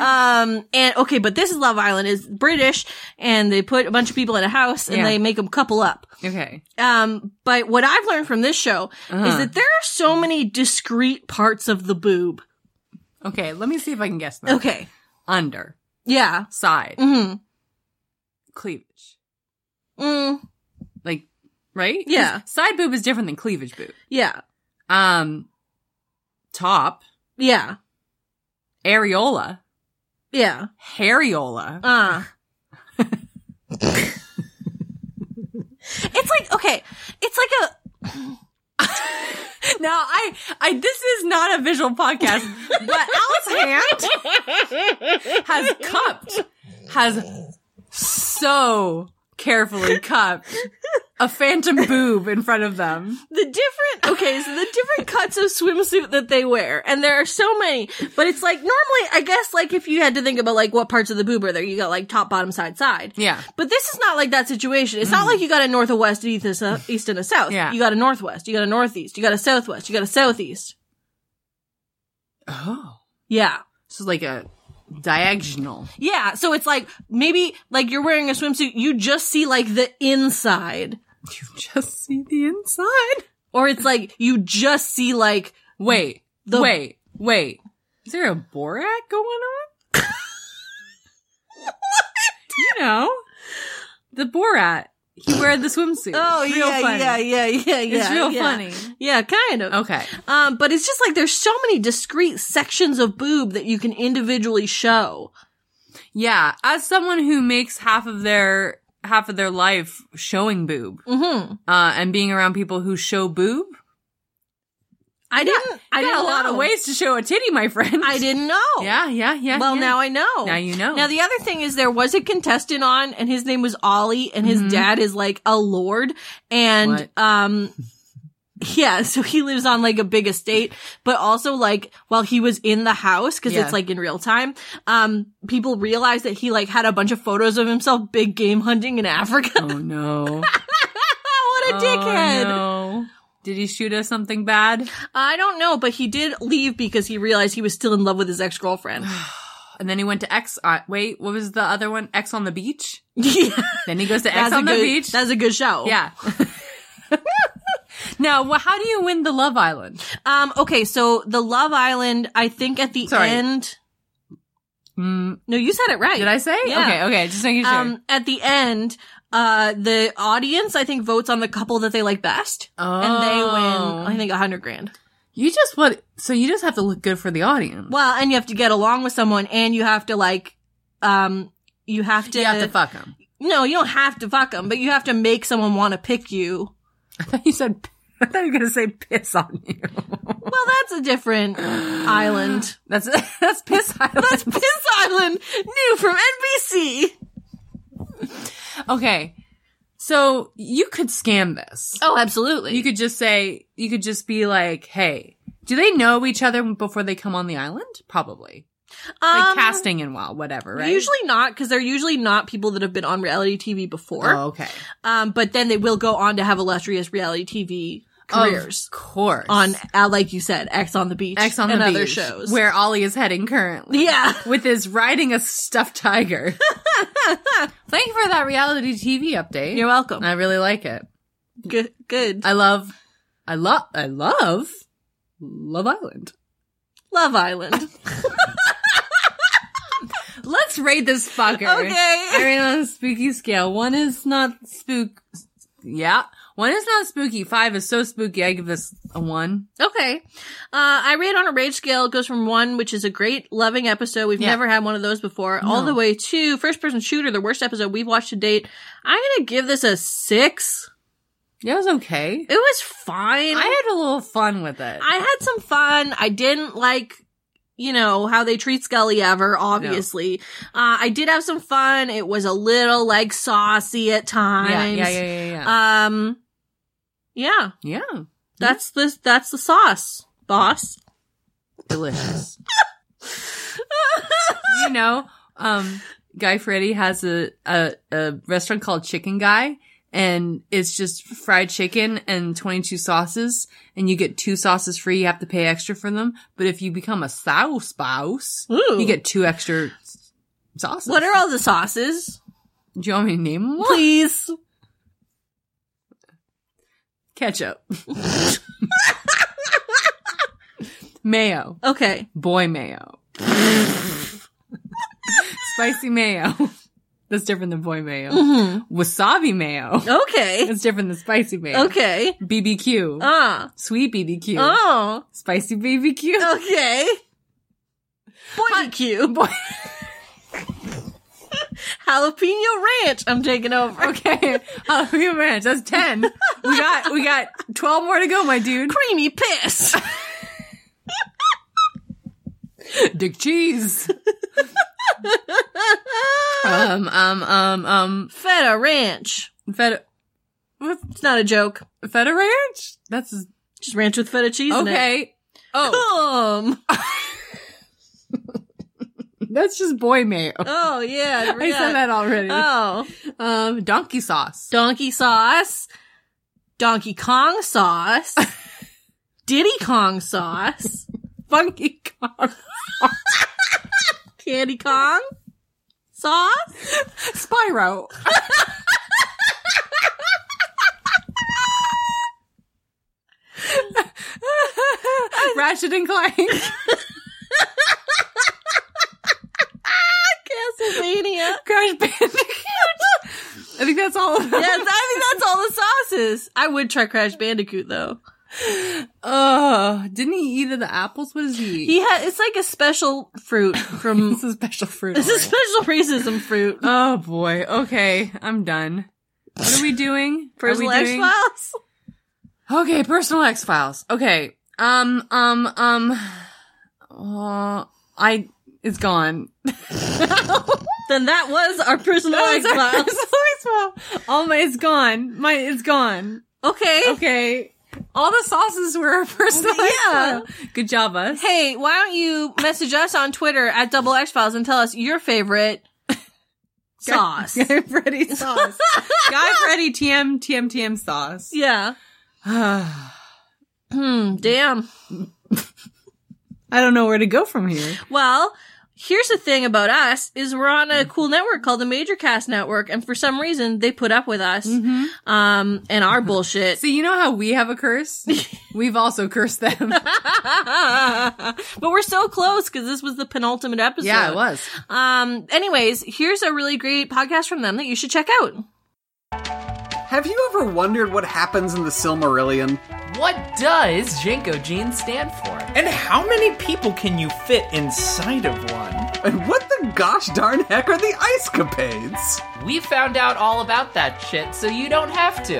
[SPEAKER 3] um and okay, but this is Love Island is British, and they put a bunch of people in a house and
[SPEAKER 2] Yeah.
[SPEAKER 3] they make them couple up.
[SPEAKER 2] okay.
[SPEAKER 3] Um, but what I've learned from this show is
[SPEAKER 2] Uh-huh.
[SPEAKER 3] that there are so many discrete parts of the boob.
[SPEAKER 2] Okay, let me see if I can guess that.
[SPEAKER 3] Okay.
[SPEAKER 2] Under.
[SPEAKER 3] Yeah.
[SPEAKER 2] Side.
[SPEAKER 3] Mm.
[SPEAKER 2] Cleavage.
[SPEAKER 3] Mm.
[SPEAKER 2] Like, right?
[SPEAKER 3] Yeah.
[SPEAKER 2] 'Cause Side boob is different than cleavage boob.
[SPEAKER 3] Yeah.
[SPEAKER 2] Um, top,
[SPEAKER 3] Yeah.
[SPEAKER 2] areola,
[SPEAKER 3] Yeah.
[SPEAKER 2] hairiola,
[SPEAKER 3] Uh. Okay, it's like a
[SPEAKER 2] Now, I, I, this is not a visual podcast, but Alice Hand has cupped, has so carefully cupped a phantom boob in front of them.
[SPEAKER 3] the different okay so the different cuts of swimsuit that they wear and there are so many but it's like normally i guess like if you had to think about like what parts of the boob are there you got like top bottom side side
[SPEAKER 2] Yeah. Mm.
[SPEAKER 3] but this is not like that situation it's not like you got a north a west east, a sou- east and a south
[SPEAKER 2] Yeah.
[SPEAKER 3] you got a northwest you got a northeast you got a southwest you got a southeast
[SPEAKER 2] Oh.
[SPEAKER 3] yeah
[SPEAKER 2] So like a diagonal.
[SPEAKER 3] yeah so it's like maybe like you're wearing a swimsuit you just see like the inside
[SPEAKER 2] You just see the inside.
[SPEAKER 3] or it's like you just see like
[SPEAKER 2] Wait,
[SPEAKER 3] The-
[SPEAKER 2] wait, wait. Is there a Borat going on? You know, the Borat. He wear the swimsuit.
[SPEAKER 3] oh
[SPEAKER 2] It's real
[SPEAKER 3] yeah,
[SPEAKER 2] funny.
[SPEAKER 3] yeah yeah yeah yeah
[SPEAKER 2] It's real
[SPEAKER 3] yeah.
[SPEAKER 2] funny.
[SPEAKER 3] yeah kind of
[SPEAKER 2] Okay.
[SPEAKER 3] Um, but it's just like there's so many discrete sections of boob that you can individually show.
[SPEAKER 2] Yeah. As someone who makes half of their half of their life showing boob
[SPEAKER 3] Mm-hmm.
[SPEAKER 2] uh, and being around people who show boob,
[SPEAKER 3] I didn't. I
[SPEAKER 2] I
[SPEAKER 3] didn't
[SPEAKER 2] got a lot
[SPEAKER 3] know.
[SPEAKER 2] of ways to show a titty, my friend.
[SPEAKER 3] I didn't know.
[SPEAKER 2] Yeah, yeah, yeah.
[SPEAKER 3] Well,
[SPEAKER 2] yeah.
[SPEAKER 3] now I know.
[SPEAKER 2] Now you know.
[SPEAKER 3] Now the other thing is there was a contestant on, and his name was Ollie, and his dad is like a lord, and
[SPEAKER 2] Mm-hmm. What?
[SPEAKER 3] um. Yeah, so he lives on like a big estate, but also like while he was in the house, cause
[SPEAKER 2] Yeah.
[SPEAKER 3] it's like in real time, um, people realized that he like had a bunch of photos of himself big game hunting in Africa.
[SPEAKER 2] Oh no.
[SPEAKER 3] what a dickhead!
[SPEAKER 2] Oh, no. Did he shoot us something bad?
[SPEAKER 3] I don't know, but he did leave because he realized he was still in love with his ex girlfriend.
[SPEAKER 2] And then he went to X. Uh, wait, what was the other one? X on the beach.
[SPEAKER 3] yeah,
[SPEAKER 2] Then he goes to X
[SPEAKER 3] that's
[SPEAKER 2] on
[SPEAKER 3] a
[SPEAKER 2] the
[SPEAKER 3] good,
[SPEAKER 2] beach.
[SPEAKER 3] That's a good show.
[SPEAKER 2] yeah. now, wha how do you win the Love Island?
[SPEAKER 3] Um. Okay. So the Love Island, I think at the
[SPEAKER 2] Sorry.
[SPEAKER 3] end.
[SPEAKER 2] Mm,
[SPEAKER 3] No, you said it right.
[SPEAKER 2] did I say?
[SPEAKER 3] Yeah.
[SPEAKER 2] Okay, okay. Just making sure.
[SPEAKER 3] Um. At the end, uh, the audience I think votes on the couple that they like best, and they
[SPEAKER 2] Oh.
[SPEAKER 3] win. I think a hundred grand.
[SPEAKER 2] you just what? So you just have to look good for the audience.
[SPEAKER 3] Well, and you have to get along with someone, and you have to like, um, you have to.
[SPEAKER 2] you have to fuck him.
[SPEAKER 3] No, you don't have to fuck them, but you have to make someone want to pick you.
[SPEAKER 2] I thought you said. I thought you were gonna say piss on you.
[SPEAKER 3] Well, that's a different island.
[SPEAKER 2] That's that's piss island.
[SPEAKER 3] That's Piss Island, new from NBC.
[SPEAKER 2] okay. So you could scam this.
[SPEAKER 3] Oh, absolutely.
[SPEAKER 2] You could just say, you could just be like, hey, do they know each other before they come on the island? Probably. Like casting and while, whatever, right?
[SPEAKER 3] Um, Usually not, because they're usually not people that have been on reality TV before.
[SPEAKER 2] Oh, okay.
[SPEAKER 3] Um, but then they will go on to have illustrious reality TV careers
[SPEAKER 2] Of course.
[SPEAKER 3] on, uh, like you said, X on the Beach,
[SPEAKER 2] X on
[SPEAKER 3] and
[SPEAKER 2] the
[SPEAKER 3] other
[SPEAKER 2] Beach,
[SPEAKER 3] shows.
[SPEAKER 2] Where Ollie is heading currently.
[SPEAKER 3] yeah,
[SPEAKER 2] With his riding a stuffed tiger. Thank you for that reality TV update.
[SPEAKER 3] you're welcome.
[SPEAKER 2] I really like it.
[SPEAKER 3] Good, good.
[SPEAKER 2] I love, I love, I love Love Island.
[SPEAKER 3] Love Island.
[SPEAKER 2] Let's rate this fucker.
[SPEAKER 3] Okay.
[SPEAKER 2] I mean, on a spooky scale, one is not spook. Yeah. One is not spooky. Five is so spooky. I give this a one.
[SPEAKER 3] Okay. Uh, I rate on a rage scale. It goes from one, which is a great, loving episode. We've
[SPEAKER 2] Yeah.
[SPEAKER 3] never had one of those before, all the way to first person shooter, the worst episode we've watched to date. I'm going to give this a six.
[SPEAKER 2] It was okay.
[SPEAKER 3] It was fine.
[SPEAKER 2] I had a little fun with it.
[SPEAKER 3] I had some fun. I didn't like, you know, how they treat Scully ever, obviously. Uh, I did have some fun. It was a little like saucy at times.
[SPEAKER 2] yeah, yeah, yeah, yeah, yeah.
[SPEAKER 3] Um, yeah,
[SPEAKER 2] yeah.
[SPEAKER 3] that's the, that's the sauce, boss.
[SPEAKER 2] Delicious. you know, um, Guy Freddy has a, a, a restaurant called Chicken Guy. And it's just fried chicken and 22 sauces, and you get two sauces free. You have to pay extra for them. But if you become a sow spouse,
[SPEAKER 3] Ooh.
[SPEAKER 2] You get two extra s- sauces.
[SPEAKER 3] What are all the sauces?
[SPEAKER 2] Do you want me to name them? all?
[SPEAKER 3] Please.
[SPEAKER 2] Ketchup, mayo,
[SPEAKER 3] Okay.
[SPEAKER 2] boy mayo, spicy mayo. That's different than boy mayo. Wasabi mayo.
[SPEAKER 3] Mm-hmm. Okay.
[SPEAKER 2] That's different than spicy mayo.
[SPEAKER 3] Okay.
[SPEAKER 2] BBQ,
[SPEAKER 3] Ah.
[SPEAKER 2] sweet BBQ,
[SPEAKER 3] Oh.
[SPEAKER 2] spicy BBQ.
[SPEAKER 3] Uh. Okay. Boy BBQ.
[SPEAKER 2] Boy,
[SPEAKER 3] Jalapeno ranch, I'm taking over.
[SPEAKER 2] Okay, jalapeno ranch. That's ten. We got we got twelve more to go, my dude.
[SPEAKER 3] Creamy piss.
[SPEAKER 2] Dick cheese. um um um um
[SPEAKER 3] Feta ranch.
[SPEAKER 2] feta
[SPEAKER 3] It's not a joke.
[SPEAKER 2] feta ranch. That's
[SPEAKER 3] Just ranch with feta cheese. in it.
[SPEAKER 2] okay. Oh,
[SPEAKER 3] Um.
[SPEAKER 2] that's just boy mayo.
[SPEAKER 3] Oh yeah.
[SPEAKER 2] I said that already.
[SPEAKER 3] Oh.
[SPEAKER 2] Um, donkey sauce.
[SPEAKER 3] Donkey sauce. Donkey Kong sauce. Diddy Kong sauce.
[SPEAKER 2] Funky Kong.
[SPEAKER 3] Candy Kong sauce.
[SPEAKER 2] Spyro. Ratchet and Clank.
[SPEAKER 3] Castlevania.
[SPEAKER 2] Crash Bandicoot. I think that's all of them.
[SPEAKER 3] Yes, I think that's all the sauces. I would try Crash Bandicoot though.
[SPEAKER 2] Oh, didn't he eat of the apples? What does he eat?
[SPEAKER 3] He had it's like a special fruit from
[SPEAKER 2] It's a special fruit.
[SPEAKER 3] it's a
[SPEAKER 2] alright.
[SPEAKER 3] special racism fruit.
[SPEAKER 2] oh boy. Okay, I'm done. What are we doing? Are we
[SPEAKER 3] Personal X
[SPEAKER 2] doing-
[SPEAKER 3] Files.
[SPEAKER 2] Okay, personal X Files. Okay. Um, um, um. Uh, I. It's gone.
[SPEAKER 3] Then that was our personal
[SPEAKER 2] Oh,
[SPEAKER 3] X Files.
[SPEAKER 2] Personal X Files. All my. It's gone. My. It's gone.
[SPEAKER 3] Okay.
[SPEAKER 2] Okay. All the sauces were our personal
[SPEAKER 3] Well,
[SPEAKER 2] X
[SPEAKER 3] yeah.
[SPEAKER 2] Files. Good job, us.
[SPEAKER 3] Hey, why don't you message us on Twitter at Double X Files and tell us your favorite sauce?
[SPEAKER 2] Guy Freddy sauce. Guy Freddy TM TM TM sauce.
[SPEAKER 3] yeah.
[SPEAKER 2] I
[SPEAKER 3] Hmm. Damn.
[SPEAKER 2] don't know where to go from here.
[SPEAKER 3] Well, here's the thing about us is we're on a cool network called the Major Cast Network, and for some reason they put up with us
[SPEAKER 2] Mm-hmm.
[SPEAKER 3] um, and our bullshit.
[SPEAKER 2] See, you know how we have a curse? We've also cursed them.
[SPEAKER 3] but we're so close because this was the penultimate episode.
[SPEAKER 2] was.
[SPEAKER 3] Um. Anyways, here's a really great podcast from them that you should check out.
[SPEAKER 5] Have you ever wondered what happens in the Silmarillion?
[SPEAKER 6] What does Jinko Jean stand for?
[SPEAKER 4] And how many people can you fit inside of one?
[SPEAKER 5] And what the gosh darn heck are the ice capades?
[SPEAKER 6] We found out all about that shit, so you don't have to.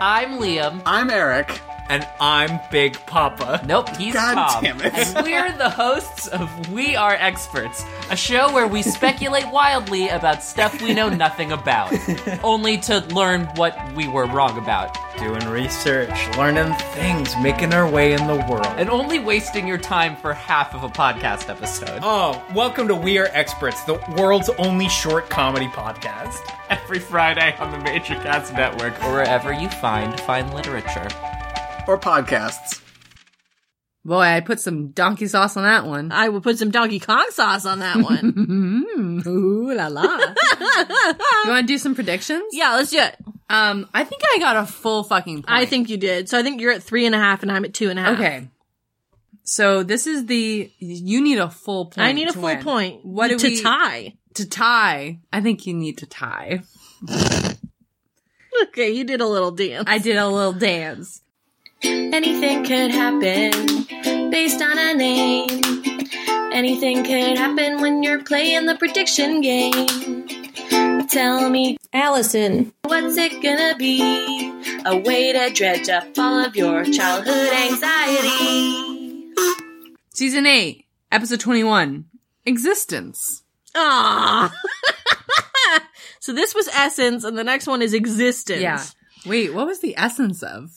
[SPEAKER 6] I'm Liam.
[SPEAKER 5] I'm Eric.
[SPEAKER 4] And I'm Big Papa.
[SPEAKER 6] Nope, he's
[SPEAKER 5] God
[SPEAKER 6] Tom.
[SPEAKER 5] damn it.
[SPEAKER 6] And we're the hosts of We Are Experts, a show where we speculate wildly about stuff we know nothing about, only to learn what we were wrong about,
[SPEAKER 4] Doing research, learning things, making our way in the world.
[SPEAKER 6] and only wasting your time for half of a podcast episode.
[SPEAKER 4] oh, welcome to We Are Experts, the world's only short comedy podcast.
[SPEAKER 6] Every Friday on the Major Cast Network, or wherever you find fine literature.
[SPEAKER 5] Or podcasts.
[SPEAKER 2] Boy, I put some donkey sauce on that one.
[SPEAKER 3] I will put some Donkey Kong sauce on that one.
[SPEAKER 2] Ooh la la. you want to do some predictions?
[SPEAKER 3] yeah, let's do it.
[SPEAKER 2] Um, I think I got a full fucking point.
[SPEAKER 3] I think you did. So I think you're at three and a half, and I'm at two and a half.
[SPEAKER 2] Okay. So this is the you need a full point.
[SPEAKER 3] I need
[SPEAKER 2] to
[SPEAKER 3] a full
[SPEAKER 2] win.
[SPEAKER 3] point.
[SPEAKER 2] What do
[SPEAKER 3] to
[SPEAKER 2] we-
[SPEAKER 3] tie?
[SPEAKER 2] to tie. I think you need to tie.
[SPEAKER 3] Okay, you did a little dance.
[SPEAKER 2] I did a little dance.
[SPEAKER 7] Anything could happen based on a name. Anything could happen when you're playing the prediction game. Tell me, Allison, what's it gonna be? A way to dredge up all of your childhood anxiety.
[SPEAKER 2] Season 8, episode 21. Existence.
[SPEAKER 3] Aw. so this was essence, and the next one is existence.
[SPEAKER 2] Wait, what was the essence of?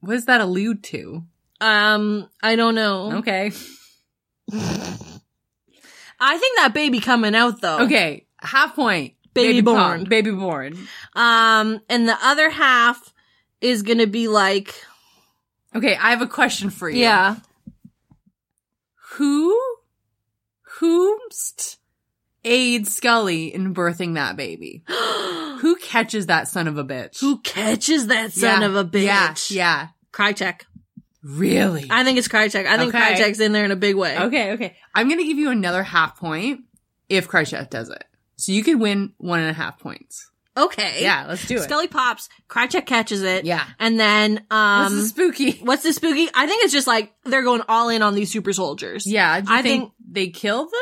[SPEAKER 2] What does that allude to?
[SPEAKER 3] Um, I don't know.
[SPEAKER 2] Okay.
[SPEAKER 3] I think that baby coming out though.
[SPEAKER 2] Okay. Half point.
[SPEAKER 3] Oh. Baby
[SPEAKER 2] pop.
[SPEAKER 3] born.
[SPEAKER 2] Baby born.
[SPEAKER 3] Um, and the other half is gonna be like,
[SPEAKER 2] Okay, I have a question for you.
[SPEAKER 3] yeah,
[SPEAKER 2] Who whomst aids Scully in birthing that baby? Who catches that son of a bitch?
[SPEAKER 3] who catches that son
[SPEAKER 2] Yeah,
[SPEAKER 3] of a bitch?
[SPEAKER 2] Yeah. Yeah.
[SPEAKER 3] Krychek.
[SPEAKER 2] Really?
[SPEAKER 3] I think it's Krychek. I think
[SPEAKER 2] Okay.
[SPEAKER 3] Krychek's in there in a big way.
[SPEAKER 2] Okay, okay. I'm gonna give you another half point if Krychek does it. So you could win one and a half points.
[SPEAKER 3] Okay.
[SPEAKER 2] Yeah, let's do it.
[SPEAKER 3] Scully pops. Krychek catches it.
[SPEAKER 2] Yeah.
[SPEAKER 3] And then, um,
[SPEAKER 2] What's the spooky?
[SPEAKER 3] What's the spooky? I think it's just like they're going all in on these super soldiers.
[SPEAKER 2] Yeah, do you
[SPEAKER 3] I
[SPEAKER 2] think,
[SPEAKER 3] think-
[SPEAKER 2] they kill them.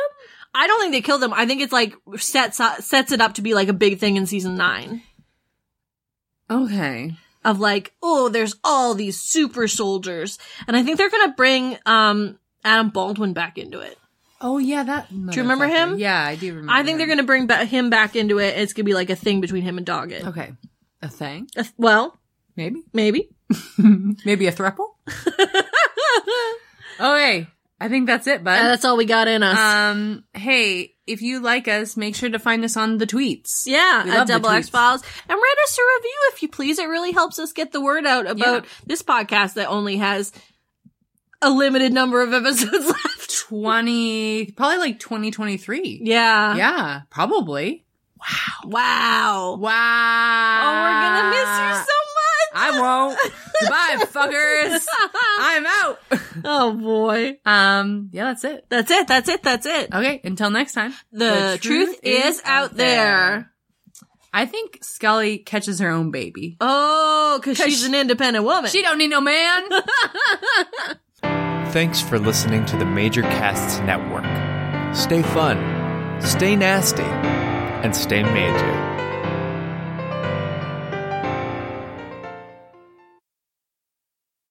[SPEAKER 3] I don't think they killed him. I think it's like sets uh, sets it up to be like a big thing in season nine
[SPEAKER 2] Okay.
[SPEAKER 3] of like, oh, there's all these super soldiers, and I think they're gonna bring um Adam Baldwin back into it.
[SPEAKER 2] Oh yeah, that. Do
[SPEAKER 3] you remember him?
[SPEAKER 2] Yeah, I do remember.
[SPEAKER 3] I think
[SPEAKER 2] him.
[SPEAKER 3] they're gonna bring ba- him back into it. It's gonna be like a thing between him and Doggett.
[SPEAKER 2] Okay, a thing,
[SPEAKER 3] Uh, Well,
[SPEAKER 2] maybe,
[SPEAKER 3] maybe.
[SPEAKER 2] maybe a thruple. okay, I think that's it,
[SPEAKER 3] Uh,
[SPEAKER 2] bud.
[SPEAKER 3] that's all we got in us.
[SPEAKER 2] um, hey, if you like us, make sure to find us on the tweets.
[SPEAKER 3] Yeah,
[SPEAKER 2] We
[SPEAKER 3] at
[SPEAKER 2] love the
[SPEAKER 3] Double
[SPEAKER 2] tweets.
[SPEAKER 3] X Files. And write us a review if you please. It really helps us get the word out about this podcast that only has a limited number of episodes left.
[SPEAKER 2] twenty, probably like twenty twenty three.
[SPEAKER 3] Yeah.
[SPEAKER 2] Yeah, probably.
[SPEAKER 3] Wow.
[SPEAKER 2] Wow.
[SPEAKER 3] Oh, we're gonna miss you so much.
[SPEAKER 2] I won't. Goodbye, fuckers. I'm out.
[SPEAKER 3] oh boy.
[SPEAKER 2] Um, yeah, that's it.
[SPEAKER 3] That's it. That's it. That's it.
[SPEAKER 2] Okay, until next time.
[SPEAKER 3] The, truth, is out there.
[SPEAKER 2] I think Scully catches her own baby.
[SPEAKER 3] Oh, because she's an independent woman.
[SPEAKER 2] She don't need no man.
[SPEAKER 4] Thanks for listening to the Major Casts Network. Stay fun, stay nasty, and stay major.